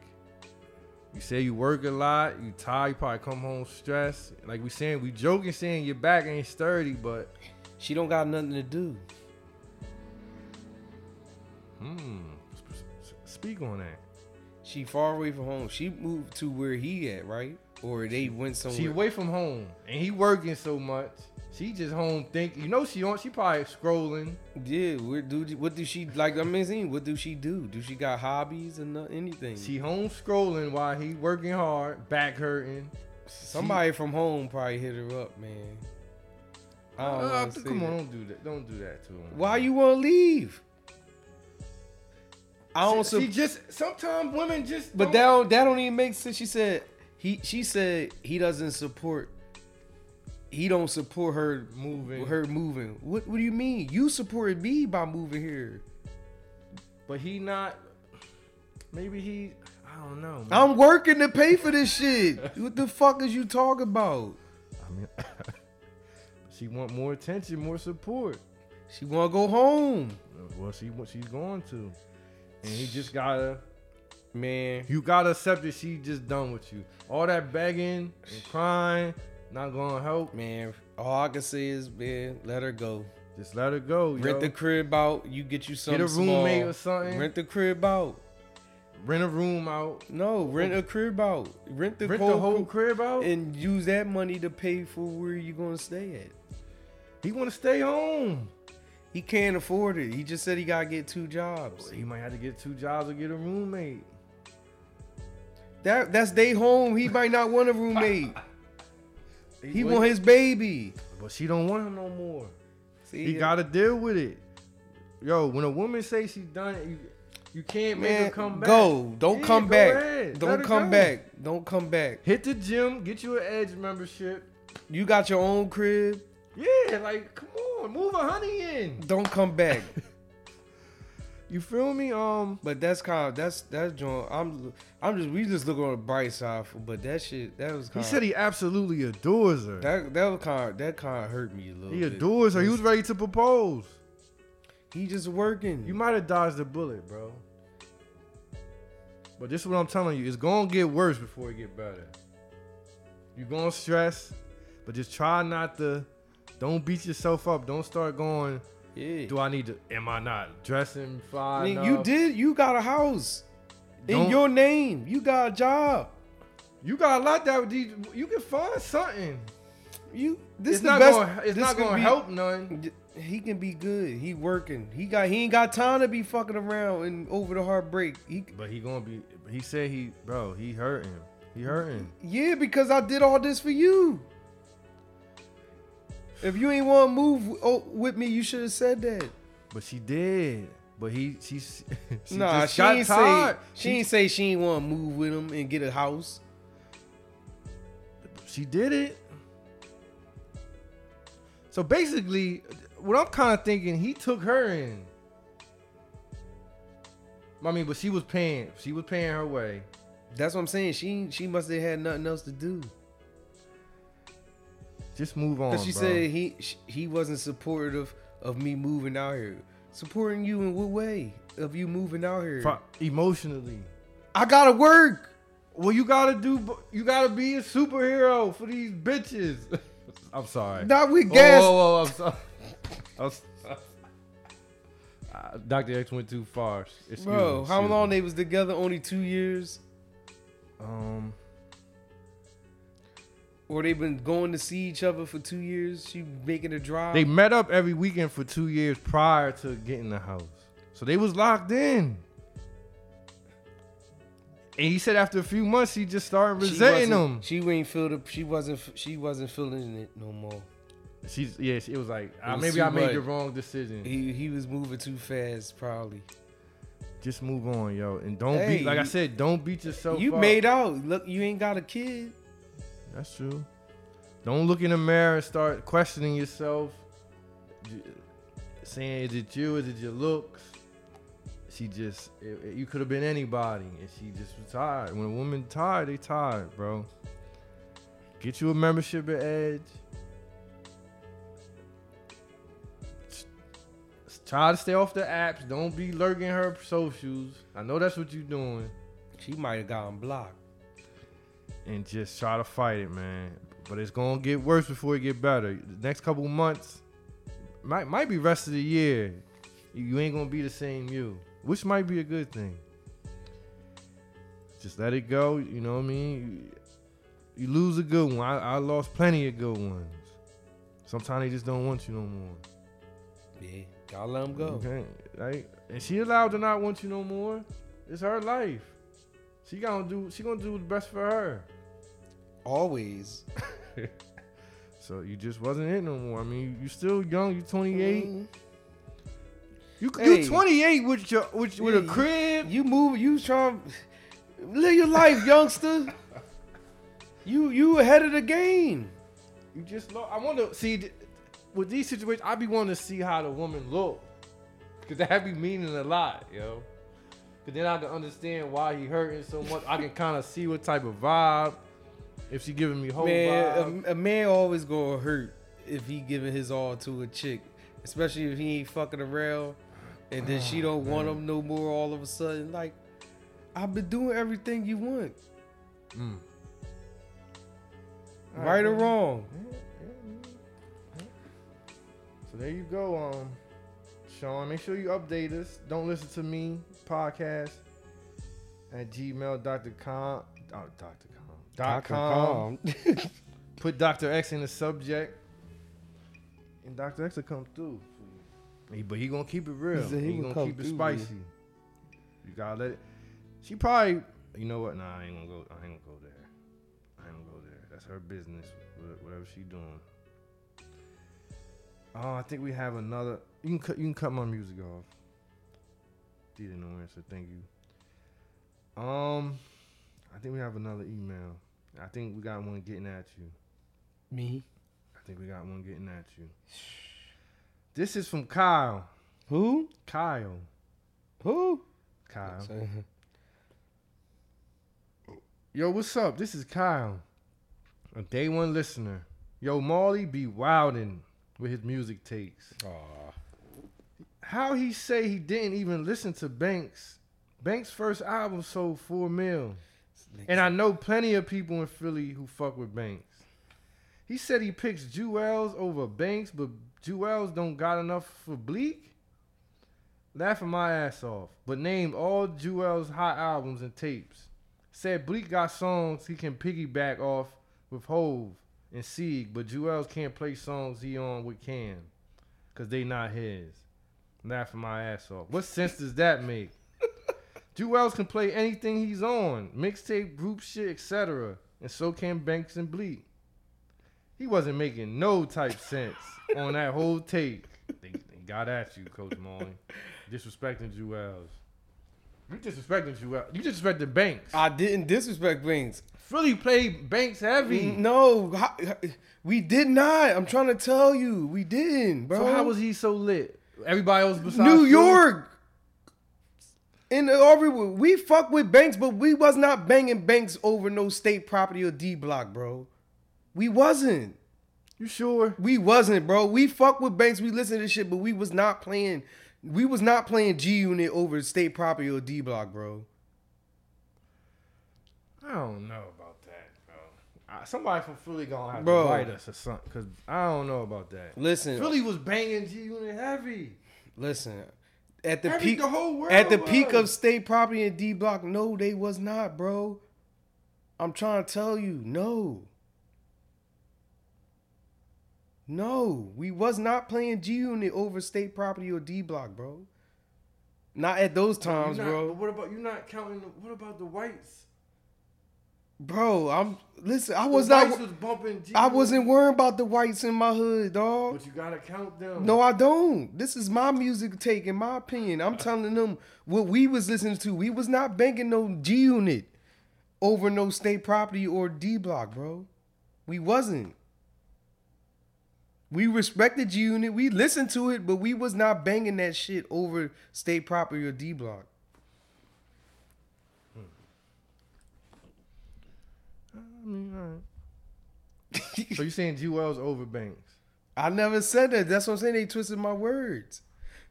You say you work a lot. You tired. You probably come home stressed. Like we saying, we joking saying your back ain't sturdy, but
She don't got nothing to do.
Hmm. S- s- Speak on that.
She far away from home. She moved to where he at, right? Or they went somewhere.
She away from home, and he working so much. She just home thinking. You know she on. She probably scrolling.
yeah. Where do what do she like? I'm saying, what do she do? Do she got hobbies and no- anything?
She home scrolling while he working hard, back hurting.
Somebody from home probably hit her up, man. I don't
Uh,
wanna say
come
that.
on, don't do that. Don't do that to him.
Why you wanna leave? I
She,
don't. sup-
she just sometimes women just.
But that
don't-
don't, that don't even make sense. She said he she said he doesn't support he don't support her
Moving.
her moving. What what do you mean? You supported me by moving here.
But he not. Maybe he. I don't know. Man.
I'm working to pay for this shit. what the fuck is you talking about?
I mean, she want more attention, more support.
She wanna go home.
Well, she what she's going to, and he just gotta.
Man.
You gotta accept that she just done with you. All that begging and crying, not gonna help.
Man, all I can say is, man, let her go.
Just let her go. yo.
Rent the crib out. You get you something.
a roommate
small.
or something.
Rent the crib out.
Rent a room out.
No, rent a crib out. Rent the
Rent
whole,
the whole
crib.
crib out.
and use that money to pay for where you're gonna stay at.
he wanna stay home.
He can't afford it. He just said he gotta get two jobs.
He might have to get two jobs or get a roommate.
That that's they home. He might not want a roommate. He
Well,
want his baby.
but she don't want him no more.
See,
He gotta deal with it. Yo, when a woman say she done it, you, you can't make her
man
come back.
go. Don't
Yeah,
come
go
back.
ahead. Let
Don't
her
come
go.
back. Don't come back.
Hit the gym, get you an Edge membership.
You got your own crib.
Yeah, like come on, move a honey in.
Don't come back.
You feel me? Um,
But that's kind of that's that's joint. I'm I'm just we just looking on the bright side, for, but that shit that was
he
kind.
said he absolutely adores her.
that that was kind of, that kind of hurt me a little.
he
bit.
adores her. He was ready to propose.
He just working.
You might have dodged a bullet, bro. But this is what I'm telling you. It's gonna get worse before it get better. You're gonna stress, but just try not to. Don't beat yourself up. Don't start going.
yeah.
Do I need to? Am I not dressing fly?
I mean,
enough?
you did. You got a house in
Don't-
your name. You got a job.
You got a lot that you can find something.
You this
it's
the
not
best.
gonna. It's
this
not
could
gonna
be-
help none.
He can be good. He working. He got. He ain't got time to be fucking around and over the heartbreak. He
But he gonna be. He said he, bro. He hurting. He hurting.
yeah, because I did all this for you. If you ain't want to move w- oh, with me, you should have said that.
But she did. But he. She. she
nah,
just
she
got
ain't
tired.
say she, ain't say she ain't want to move with him and get a house.
She did it. So basically, what I'm kind of thinking, he took her in. I mean, but she was paying. She was paying her way.
That's what I'm saying. She she must have had nothing else to do.
Just move on,
Cause she
bro.
said he sh- he wasn't supportive of me moving out here. Supporting you in what way? Of you moving out here?
Pro- emotionally.
I gotta work.
Well, you gotta do. You gotta be a superhero for these bitches. I'm sorry.
Not with
Whoa,
gas.
Whoa, whoa, I'm sorry. I'm sorry. Uh, Dr. X went too far. Excuse
Bro,
me,
how
excuse
long
me.
they was together? Only two years,
Um,
or they been going to see each other for two years? She making a drive.
they met up every weekend for two years prior to getting the house, so they was locked in. And he said after a few months, he just started
She
resenting
wasn't-
him.
She ain't feel the. She wasn't. f- She wasn't feeling it no more.
She's yeah, she, it was like ah,
was
maybe
too
I made the
much.
wrong decision.
He he was moving too fast, probably.
just move on, yo, and don't
Hey,
beat. Like I
you-
said, don't beat yourself.
you
up.
made out. Look, you ain't got a kid.
That's true. Don't look in the mirror and start questioning yourself. J- Saying, is it you? Is it your looks? She just, it, it- you could have been anybody. And she just was tired. When a woman tired, they tired, bro. Get you a membership at Edge. S- s- Try to stay off the apps. Don't be lurking her socials. I know that's what you're doing
She might have gotten blocked.
and just try to fight it, man. But it's gonna get worse before it get better. The next couple months, might might be rest of the year. You ain't gonna be the same you, which might be a good thing. Just let it go. You know what I mean? You, you lose a good one. I, I lost plenty of good ones. Sometimes they just don't want you no more.
Yeah, gotta let him go.
Okay, like, and she allowed to not want you no more. It's her life. She gonna do. She gonna do what's best for her.
Always.
So you just wasn't it no more. I mean, you still young. You 28. You
Mm. Hey.
you 28 with your with, with a
Yeah,
crib.
You move. You trying live your life, youngster. You you ahead of the game.
You just look. I want to see th- with these situations. I be wanting to see how the woman look, cause that be meaning a lot, yo. Cause then I can understand why he hurting so much. I can kind of see what type of vibe. If she giving me whole vibe,
Man, a, a man always gonna hurt if he giving his all to a chick, especially if he ain't fucking around, and then she
Oh,
don't want him no more. All of a sudden, like I've been doing everything you want,
Mm.
right or wrong.
So there you go, um, Sean. Make sure you update us. Don't listen to me podcast at gmail.com. Oh, Dr. Com. Dot com. Put Dr. X in the subject, and Dr. X will come through. for you. He- But he gonna keep it real.
He
He,
said he would
gonna
come
keep it
through,
spicy.
man.
You gotta let it. She probably. You know what? Nah, I ain't gonna go. I ain't gonna go there. I ain't gonna go there. That's her business. wha- Whatever she doing. Oh, I think we have another. You can cut. You can cut my music off. Didn't know answer. Thank you. Um, I think we have another email. I think we got one getting at you.
Me?
I think we got one getting at you. This is from Kyle.
Who?
Kyle.
Who?
Kyle. Yo, what's up? This is Kyle, a day one listener. Yo, Marley be wildin' with his music takes.
Aw.
How he say he didn't even listen to Banks? Banks' first album sold four mil. And I know plenty of people in Philly who fuck with Banks. He said he picks Jewels over Banks, but Jewels don't got enough for Bleak. Laughing my ass off, but named all Jewels hot albums and tapes. Said Bleak got songs he can piggyback off with Hove and Sieg, but Jewels can't play songs he on with Cam, cause they not his. Laughing my ass off. What sense does that make? Jewels can play anything he's on, mixtape, group shit, etc. And so can Banks and Bleak. He wasn't making no type sense on that whole tape. They, they got at you, Coach Marley. Disrespecting Jewels. You disrespecting Jewels. You disrespecting Banks.
I didn't disrespect Wings.
Philly played Banks heavy.
No, how- we did not. I'm trying to tell you, we didn't, bro.
So how was he so lit? Everybody else besides
New
Philly?
York. In the Aubrey, we fuck with banks, but we was not banging banks over no state property or D block, bro. We wasn't.
You sure?
We wasn't, bro. We fuck with banks. We listen to this shit, but we was not playing. We was not playing G Unit over state property or D block, bro.
I don't know about that, bro. I, somebody from Philly gonna have
Bro.
to write us or something, cause I don't know about that.
Listen,
Philly was banging G Unit heavy.
listen. At the
Heavy
peak,
the whole world
at the peak of
was.
state property and D block, no, they was not, bro. I'm trying to tell you, no. No, we was not playing G Unit over state property or D block, bro. Not at those
You
times,
not-
bro.
But what about you not counting? The, what about the whites?
Bro, I'm listen. I
The
was
whites
not.
was bumping. G
I
Unit,
wasn't worrying about the whites in my hood, dog.
But you gotta count them.
No, I don't. This is my music take, in my opinion. I'm telling them what we was listening to. We was not banking no G Unit over no state property or D Block, bro. We wasn't. We respected G Unit. We listened to it, but we was not banging that shit over state property or D Block.
I mean, all right. so you saying G Wells over Banks?
I never said that. That's what I'm saying. They twisted my words.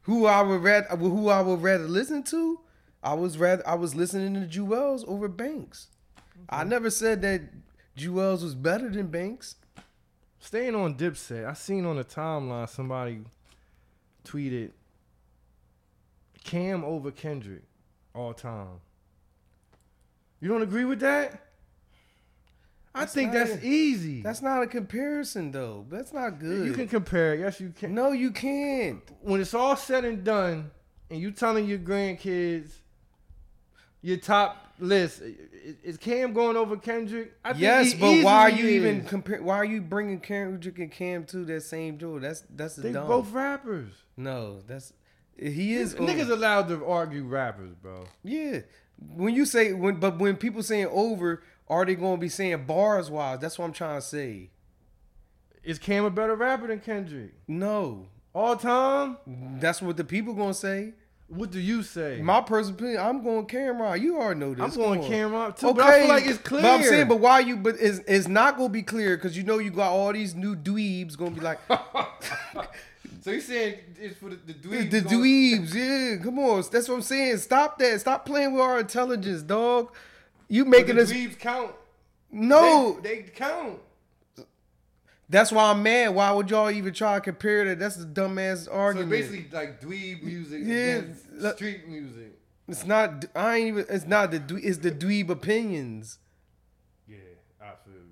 Who I would rather, who I would rather listen to, I was rather I was listening to Jewels over Banks. I never said that Jewels was better than Banks.
Staying on Dipset, I seen on the timeline somebody tweeted Cam over Kendrick all time. You don't agree with that? I
That's
think
not
that's
it.
easy.
That's not a comparison though. That's not good.
you can compare. it. Yes, you can.
no, you can't.
When it's all said and done, and you telling your grandkids your top list, i- i- is Cam going over Kendrick? I
Yes,
he
but why are you
easily
even
is.
compare? Why are you bringing Kendrick and Cam to that same duel? That's that's
They
dumb.
both rappers.
no, that's he is
Niggas
over.
allowed to argue rappers, bro.
Yeah. When you say when but when people saying over, are they gonna be saying bars wise? That's what I'm trying to say.
Is Cam a better rapper than Kendrick?
No.
All time?
That's what the people gonna say.
What do you say?
My personal opinion, I'm going Cameron. You already know this.
I'm going
Come on.
Cameron too, but I feel like it's clear.
But I'm saying, but why you? But it's, it's not gonna be clear because you know you got all these new dweebs gonna be like
so you saying it's for the, the dweeb?
the dweebs. Yeah, come on. That's what I'm saying. Stop that. Stop playing with our intelligence, dog. You making us
dweebs count.
no.
they count.
That's why I'm mad. Why would y'all even try to compare that? That's a dumbass argument.
like dweeb music
Yeah, against like-
street music.
it's not. I ain't even. It's not the. dwe- It's the dweeb opinions.
Yeah, absolutely.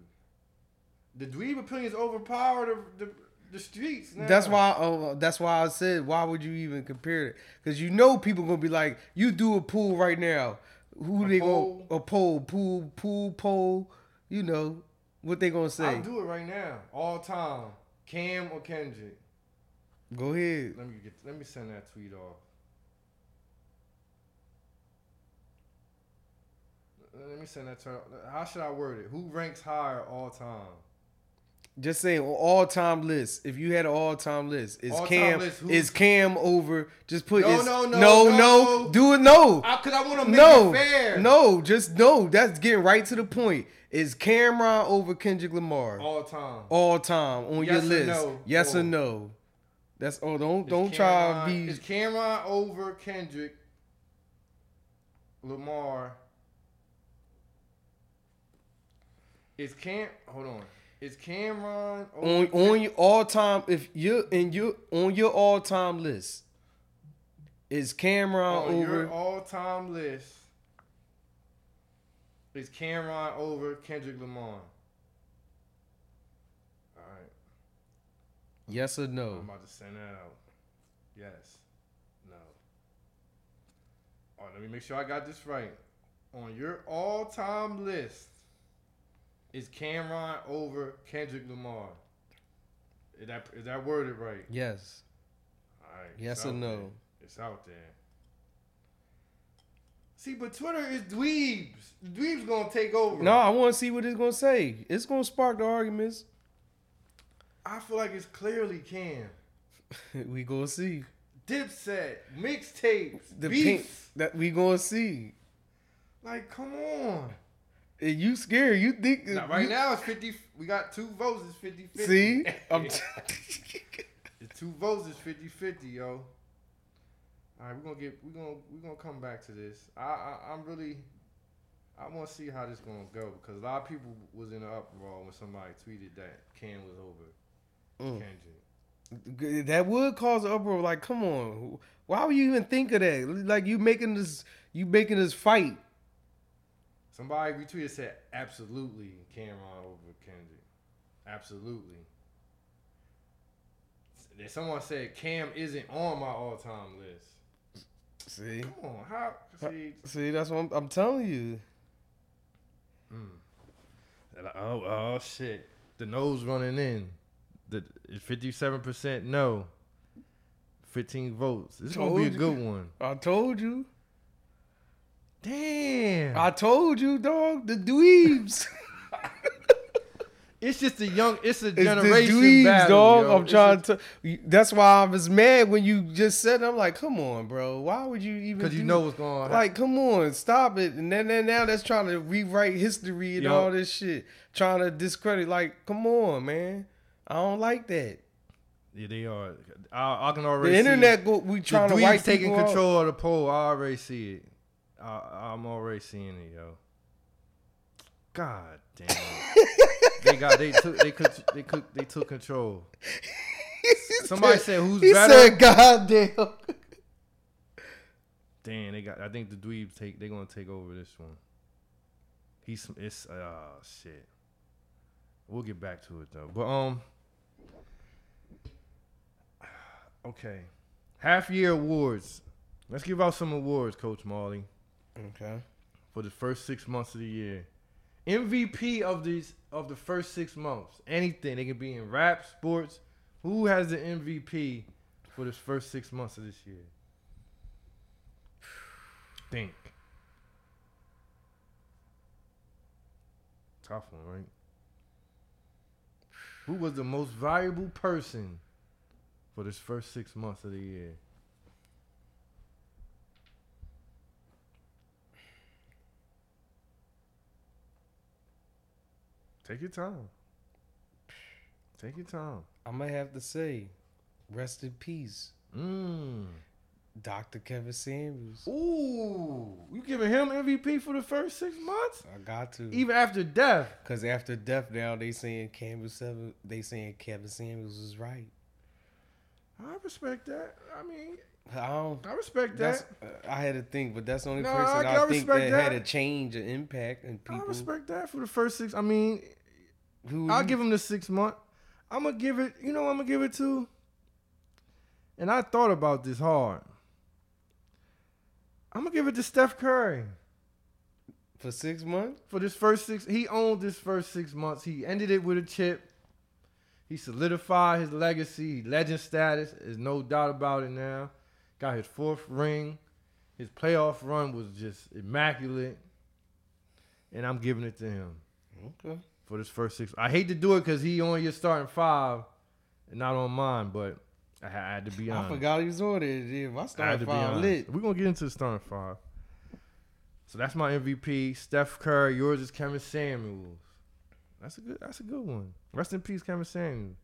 The dweeb opinions overpower the the, the streets. Now.
That's why. Oh, that's why I said. Why would you even compare it? Because you know people gonna be like, you do a pool right now. Who they
poll?
gonna a poll pool pool poll? You know what they gonna say?
I'll do it right now, all time. Cam or Kendrick.
Go ahead.
Let me get. Let me send that tweet off. Let me send that. To, how should I word it? Who ranks higher all time?
Just saying, all time list. If you had an all time list, is
All-time
Cam
list, who?
is Cam over? Just put
No,
is-
no, no,
no,
no.
no. do it, no,
I, Cause I want to make
no,
it fair.
no. Just no. That's getting right to the point. Is Cameron over Kendrick Lamar all,
all time.
Oh, time on
Yes
your
or
list?
no?
Yes
Oh.
or no? That's oh, don't
Is
don't try to
Cameron-
be.
Is Cameron over Kendrick Lamar? Is Cam? Hold on. Is Cameron
on
over?
on your all time if you're in your on your all time list is Cameron
on
over
your all-time list? Is Cameron over Kendrick Lamar? All right.
yes or
I'm
no
about to send that out. Yes. No. All right, let me make sure I got this right. On your all time list is Cameron over Kendrick Lamar. Is that, is that worded right?
yes
All right.
yes
it's
or
out
no
there. It's out there. See, but Twitter is dweebs. Dweebs gonna take over.
no I want to see what it's gonna say it's gonna spark the arguments
I feel like it's clearly Cam.
we gonna see
Dipset, mixtapes,
the
beef.
pink that we gonna see
Like, come on.
and you scared you think
Now, right
you-
now it's 50 we got two votes it's 50 50
see I'm t-
it's two votes is 50 50 yo all right we're gonna get we're gonna we're gonna come back to this i, I i'm really i want to see how this gonna go because a lot of people was in an uproar when somebody tweeted that cam was over
Mm.
kendrick
that would cause an uproar like come on why would you even think of that like you making this you making this fight
somebody retweeted said absolutely cameron over kendrick absolutely Then someone said cam isn't on my all-time list
see.
come on how see
See, that's what I'm, I'm telling you.
They're like, oh, oh shit. The nose running in. The fifty-seven percent no. Fifteen votes. This is gonna be a
Told you.
good one.
I told you.
Damn.
I told you, dog. The dweebs.
it's just a young. It's a
it's the
generation
dweebs,
battle,
dog.
yo.
I'm
It's
trying
a-
to. That's why I was mad when you just said. it. I'm like, come on, bro. Why would you even?
Cause you
do-
know what's going on.
Like, come on, stop it. And then, then now that's trying to rewrite history and
Yup.
all this shit. Trying to discredit. Like, come on, man. I don't like that.
yeah, they are. I, I can
The
already. see
internet, go, we
the
trying to
dweebs
wipe
taking
people out.
control of the poll. I already see it. I, I'm already seeing it, yo. God damn. they got. They took. They could. They could. They took control. Somebody said, "Who's
he
better?"
said, "God damn."
Damn, they got. I think the dweebs take. They gonna take over this one. He's. It's. Ah, shit. We'll get back to it though. But um. Okay, half year awards. Let's give out some awards, Coach Marley,
Okay.
for the first six months of the year. MVP of these of the first six months. Anything. They can be in rap, sports. Who has the MVP for the first six months of this year? Think. Tough one, right? Who was the most valuable person for this first six months of the year? Take your time. Take your time.
I'm gonna have to say, rest in peace,
Mmm.
Dr. Kevin Samuels.
Ooh, you giving him MVP for the first six months,
I got to,
even after death.
cause after death now they saying Kevin Samuels, they saying Kevin Samuels is right.
I respect that. I mean,
I don't.
I respect
That's,
that.
uh, I had to think, but that's the only
No,
person
I-
I,
I
think
respect
that,
that.
had a change, an impact, and people Mm-hmm.
I respect that for the first six. I mean,
who
I'll
you-
give him the six month. I'm gonna give it. You know, what I'm gonna give it to. And I thought about this hard. I'm gonna give it to Steph Curry
for six months.
for this first six. He owned this first six months. He ended it with a chip. He solidified his legacy, legend status. There's no doubt about it now. Got his fourth ring. His playoff run was just immaculate. And I'm giving it to him.
Okay.
for this first six. I hate to do it because he on your starting five and not on mine, but I had to be
I
honest.
forgot he was on it. Yeah, my
I had
starting
to be
five
honest.
lit.
We're gonna get into the starting five. So that's my MVP, Steph Curry. Yours is Kevin Samuels. That's a good. That's a good one. Rest in peace, Kevin Samuels.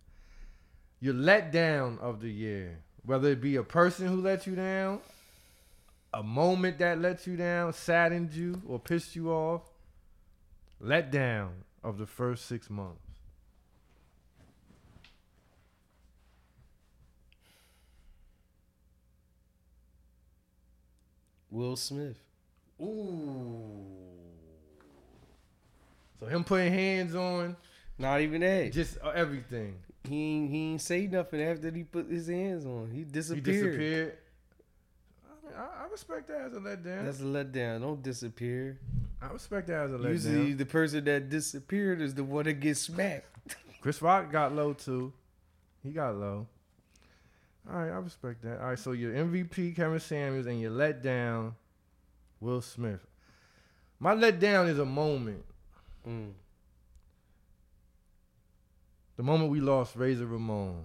Your letdown of the year, whether it be a person who let you down, a moment that let you down, saddened you, or pissed you off. Letdown of the first six months.
Will Smith.
Ooh. So him putting hands on
Not even that.
just uh, everything.
he ain't, he ain't say nothing after he put his hands on. He
He
disappeared.
disappeared. I, mean, I, I respect that as a letdown.
That's a letdown. Don't disappear.
I respect that as a letdown.
Usually, the person that disappeared is the one that gets smacked.
Chris Rock got low too. He got low. All right, I respect that. All right, so your MVP Kevin Samuels and your letdown Will Smith. My letdown is a moment.
Mm.
The moment we lost Razor Ramon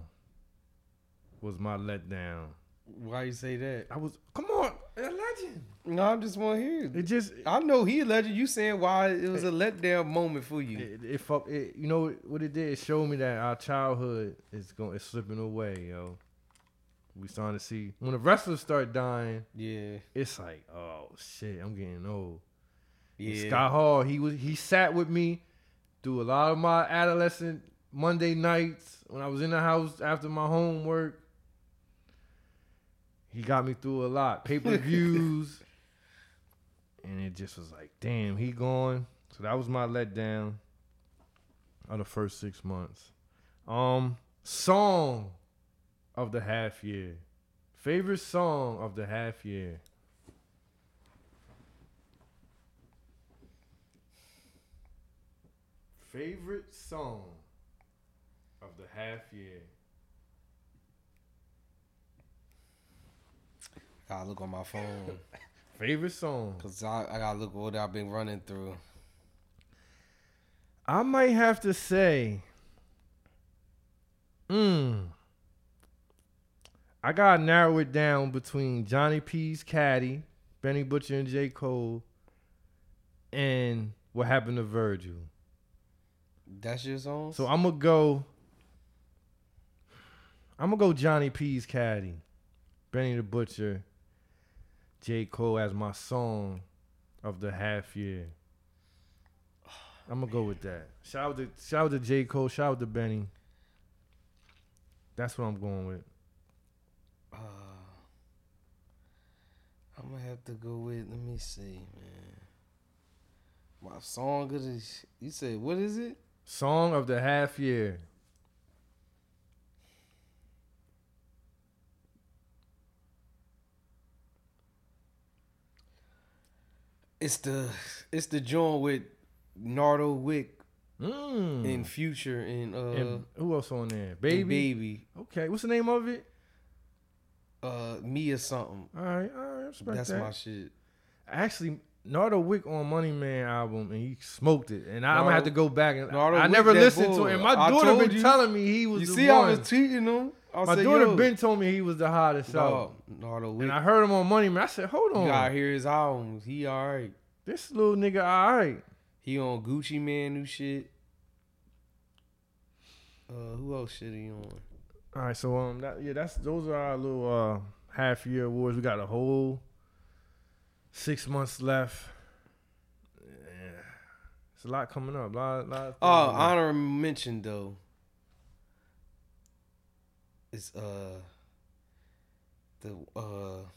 was my letdown.
Why you say that?
I was come on, a legend.
No, I just want to hear.
It
It.
just
I know he a legend. You saying why it was a letdown moment for you?
it, it, fuck- it you know what it did it showed me that our childhood is going it's slipping away yo we starting to see when the wrestlers start dying
yeah,
it's like oh shit i'm getting old And
yeah.
scott hall he was he sat with me through a lot of my adolescent monday nights when i was in the house after my homework he got me through a lot pay-per-views and it just was like, damn, he gone. So that was my letdown of the first six months. Um, song of the half year, favorite song of the half year. Favorite song of the half year.
I gotta look on my phone
Favorite song.
because I, I gotta look what I've been running through.
I might have to say, mm, I gotta narrow it down between Johnny P's Caddy, Benny Butcher and J. Cole, and what happened to Virgil.
That's your song.
So I'm gonna go. I'm gonna go Johnny P's Caddy, Benny the Butcher, J. Cole as my song of the half year. I'm gonna go with that. Shout out to shout out to J. Cole. Shout out to Benny. That's what I'm going with.
Uh, I'm gonna have to go with. Let me see, man. My song of the sh- you said what is it?
Song of the half year.
It's the it's the joint with Nardo Wick
Mm.
and Future and uh
And
and
who else on there?
baby.
Baby. Okay. What's the name of it?
uh me or something.
All right. All right. I respect
That's
that.
my shit.
actually Nardo Wick on Money Man album and he smoked it. And I'm gonna have
Nardo-
to go back and
Nardo
I
Wick
never
that
listened to
bull.
it. And my
I
daughter
told
been
you.
telling me he was
You
the
see,
one.
I was tweeting them. I
my
said,
daughter
Yo,
been told me he was the hottest out.
dog, Nardo Wick.
And I heard him on Money Man. I said, hold
you
on.
gotta hear his albums. He all right.
This little nigga all right.
He on Gucci Man new shit. Uh, who else shit he on?
All right, so um that, yeah, that's those are our little uh half year awards. We got a whole six months left. Yeah. It's a lot coming up. A lot, lot of
Oh,
things.
honor mention though. It's uh the uh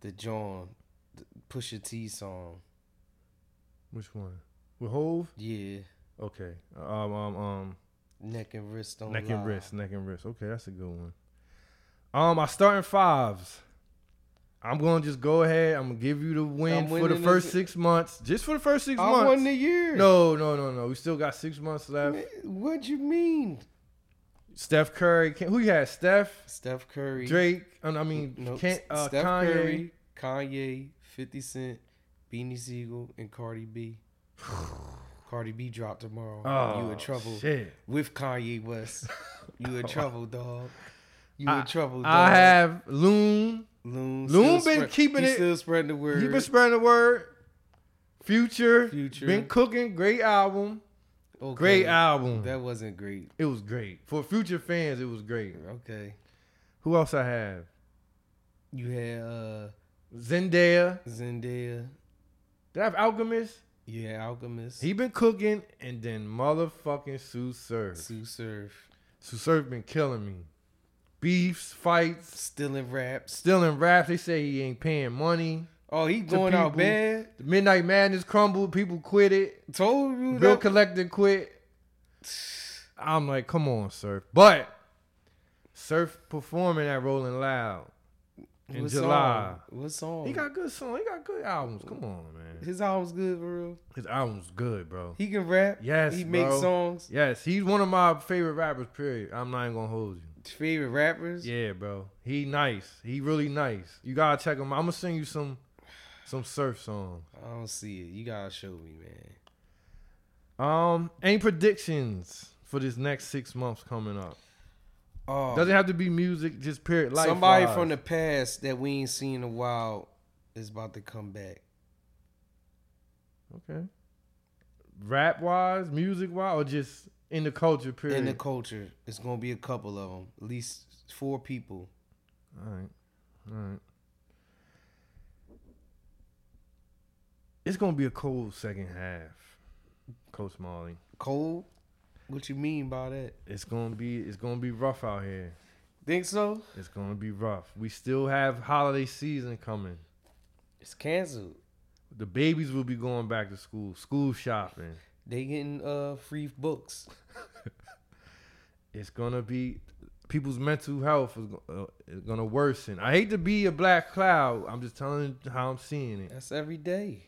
the John the Pusha T song.
which one? With Hove?
Yeah.
Okay. Um um um
Neck and wrist don't
neck and
lie.
wrist, neck and wrist. Okay, that's a good one. Um, I starting fives. I'm gonna just go ahead. I'm gonna give you the win
I'm
for the
winning
first
this-
six months, just for the first six
I won
months.
the year.
No, no, no, no. We still got six months left.
Man, What you mean?
Steph Curry, can, who you had? Steph,
Steph Curry.
Drake. uh, I mean,
No,
can uh,
Steph
Kanye.
Curry, Kanye, 50 Cent, Beanie Siegel, and Cardi B. Cardi B drop tomorrow.
Oh,
you in trouble
shit.
with Kanye West. You in trouble, dog. You in trouble, dog.
I have Loon.
Loon.
Loon
still
been keeping
he
it-
Still spreading the word.
He been spreading the word. Future,
Future.
been cooking. Great album.
Okay, Mm.
Great album.
That wasn't great.
it was great for Future fans. It was great.
Okay.
Who else I have?
You had uh,
Zendaya.
Zendaya.
Did I have Alchemist?
You had Alchemist.
He been cooking, and then motherfucking Sue Surf.
Sue Surf.
Sue Surf been killing me. Beefs, fights,
Still in raps.
still in raps. They say he ain't paying money.
Oh, he going out
people.
bad.
The Midnight Madness crumbled. People quit it.
Told you
Bill
that.
Collector quit. I'm like, come on, Surf. But Surf performing at Rolling Loud in
What
July.
Song? What song?
He got good songs. He got good albums. Come on, man.
His album's good for real.
His album's good, bro.
He can rap.
Yes,
He makes
bro.
songs.
Yes, he's one of my favorite rappers. Period. I'm not even gonna hold you.
Favorite rappers.
Yeah, bro. He nice. He really nice. You gotta check him. out. I'm gonna sing you some some surf songs.
I don't see it. You gotta show me, man.
Um, any predictions for this next six months coming up?
Oh,
Doesn't have to be music, just period. Life
somebody from the past that we ain't seen in a while is about to come back.
okay, rap wise, music wise, or just in the culture period.
In the culture, it's gonna be a couple of them, at least four people.
All right. All right. It's going to be a cold second half, Coach Molly.
Cold? What you mean by that?
It's going to be it's going to be rough out here.
Think so?
It's going to be rough. We still have holiday season coming.
It's canceled.
The babies will be going back to school, school shopping.
They getting uh free books.
It's going to be people's mental health is, go- uh, is going to worsen. I hate to be a black cloud. I'm just telling you how I'm seeing it.
That's every day.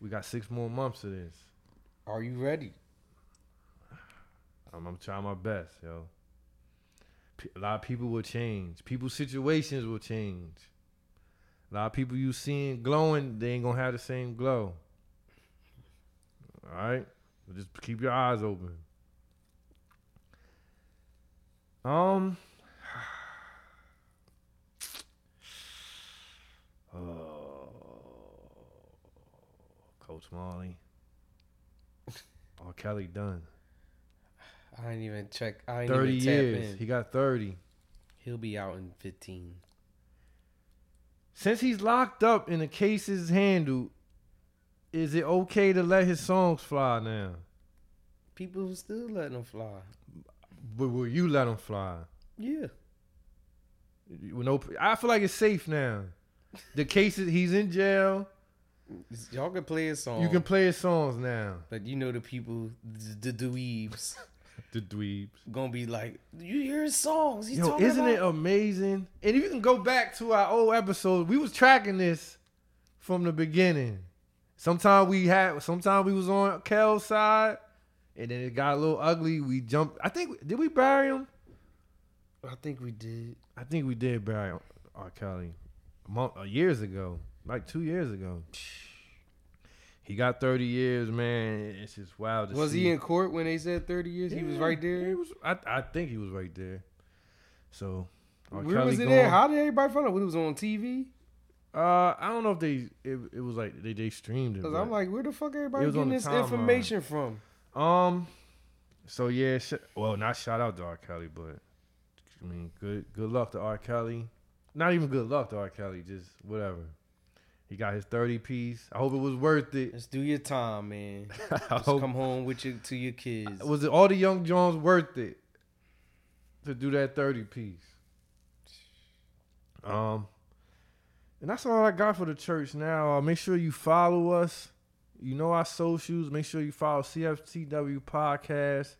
We got 6 more months of this.
Are you ready?
I'm, I'm trying my best, yo. P- a lot of people will change. People's situations will change. A lot of people you seeing glowing, they ain't gonna have the same glow. All right, So just keep your eyes open. Um. Oh, Coach Marley. R. Kelly done.
I didn't even check. I didn't
30
even tap
years.
in.
He got 30.
He'll be out in fifteen.
Since he's locked up and the case is handled, is it okay to let his songs fly now?
People who still letting them fly.
But will you let him fly?
Yeah.
You- No, I feel like it's safe now. The case is he's in jail.
Y'all can play a song.
You can play his songs now.
But you know the people, the, the dweebs,
The dweebs.
gonna be like, you hear his songs. He's
Yo,
talking
isn't it
about-"
amazing? And if you can go back to our old episode, we was tracking this from the beginning. Sometimes we had, sometimes we was on Kel's side, and then it got a little ugly. We jumped. I think did we bury him?
I think we did.
I think we did bury R. Kelly a month, uh, years ago, like two years ago. He got thirty years, man. It's just wild. To
Was
see.
he in court when they said 30 years? He was
Yeah,
right
He
there.
was. I, I think he was right there. So R.
Where
Kelly
was it
going-
at? How did everybody find out? When it was on TV?
Uh, I don't know if they it, it was like they, they streamed it.
Because
but-
I'm like, where the fuck everybody
It was on
getting
the timeline.
this information from?
um, so yeah, sh- well, not shout out to R. Kelly, but I mean, good good luck to R. Kelly. Not even good luck to R. Kelly, just whatever. He got his thirty piece. I hope it was worth it.
Just do your time, man.
I
Just
hope-
come home with you to your kids.
was it all the young Jones worth it to do that thirty piece? Um, and that's all I got for the church. Now, uh, make sure you follow us. You know our socials. Make sure you follow CFTW podcast.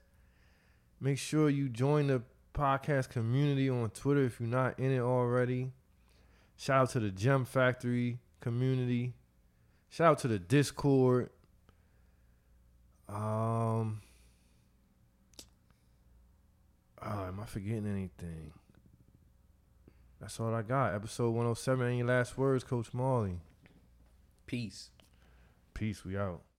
Make sure you join the podcast community on Twitter if you're not in it already. Shout out to the Gem Factory community. Shout out to the Discord. Um, oh, am I forgetting anything? That's all I got. Episode 107. Any last words, Coach Marley?
Peace.
Peace. We out.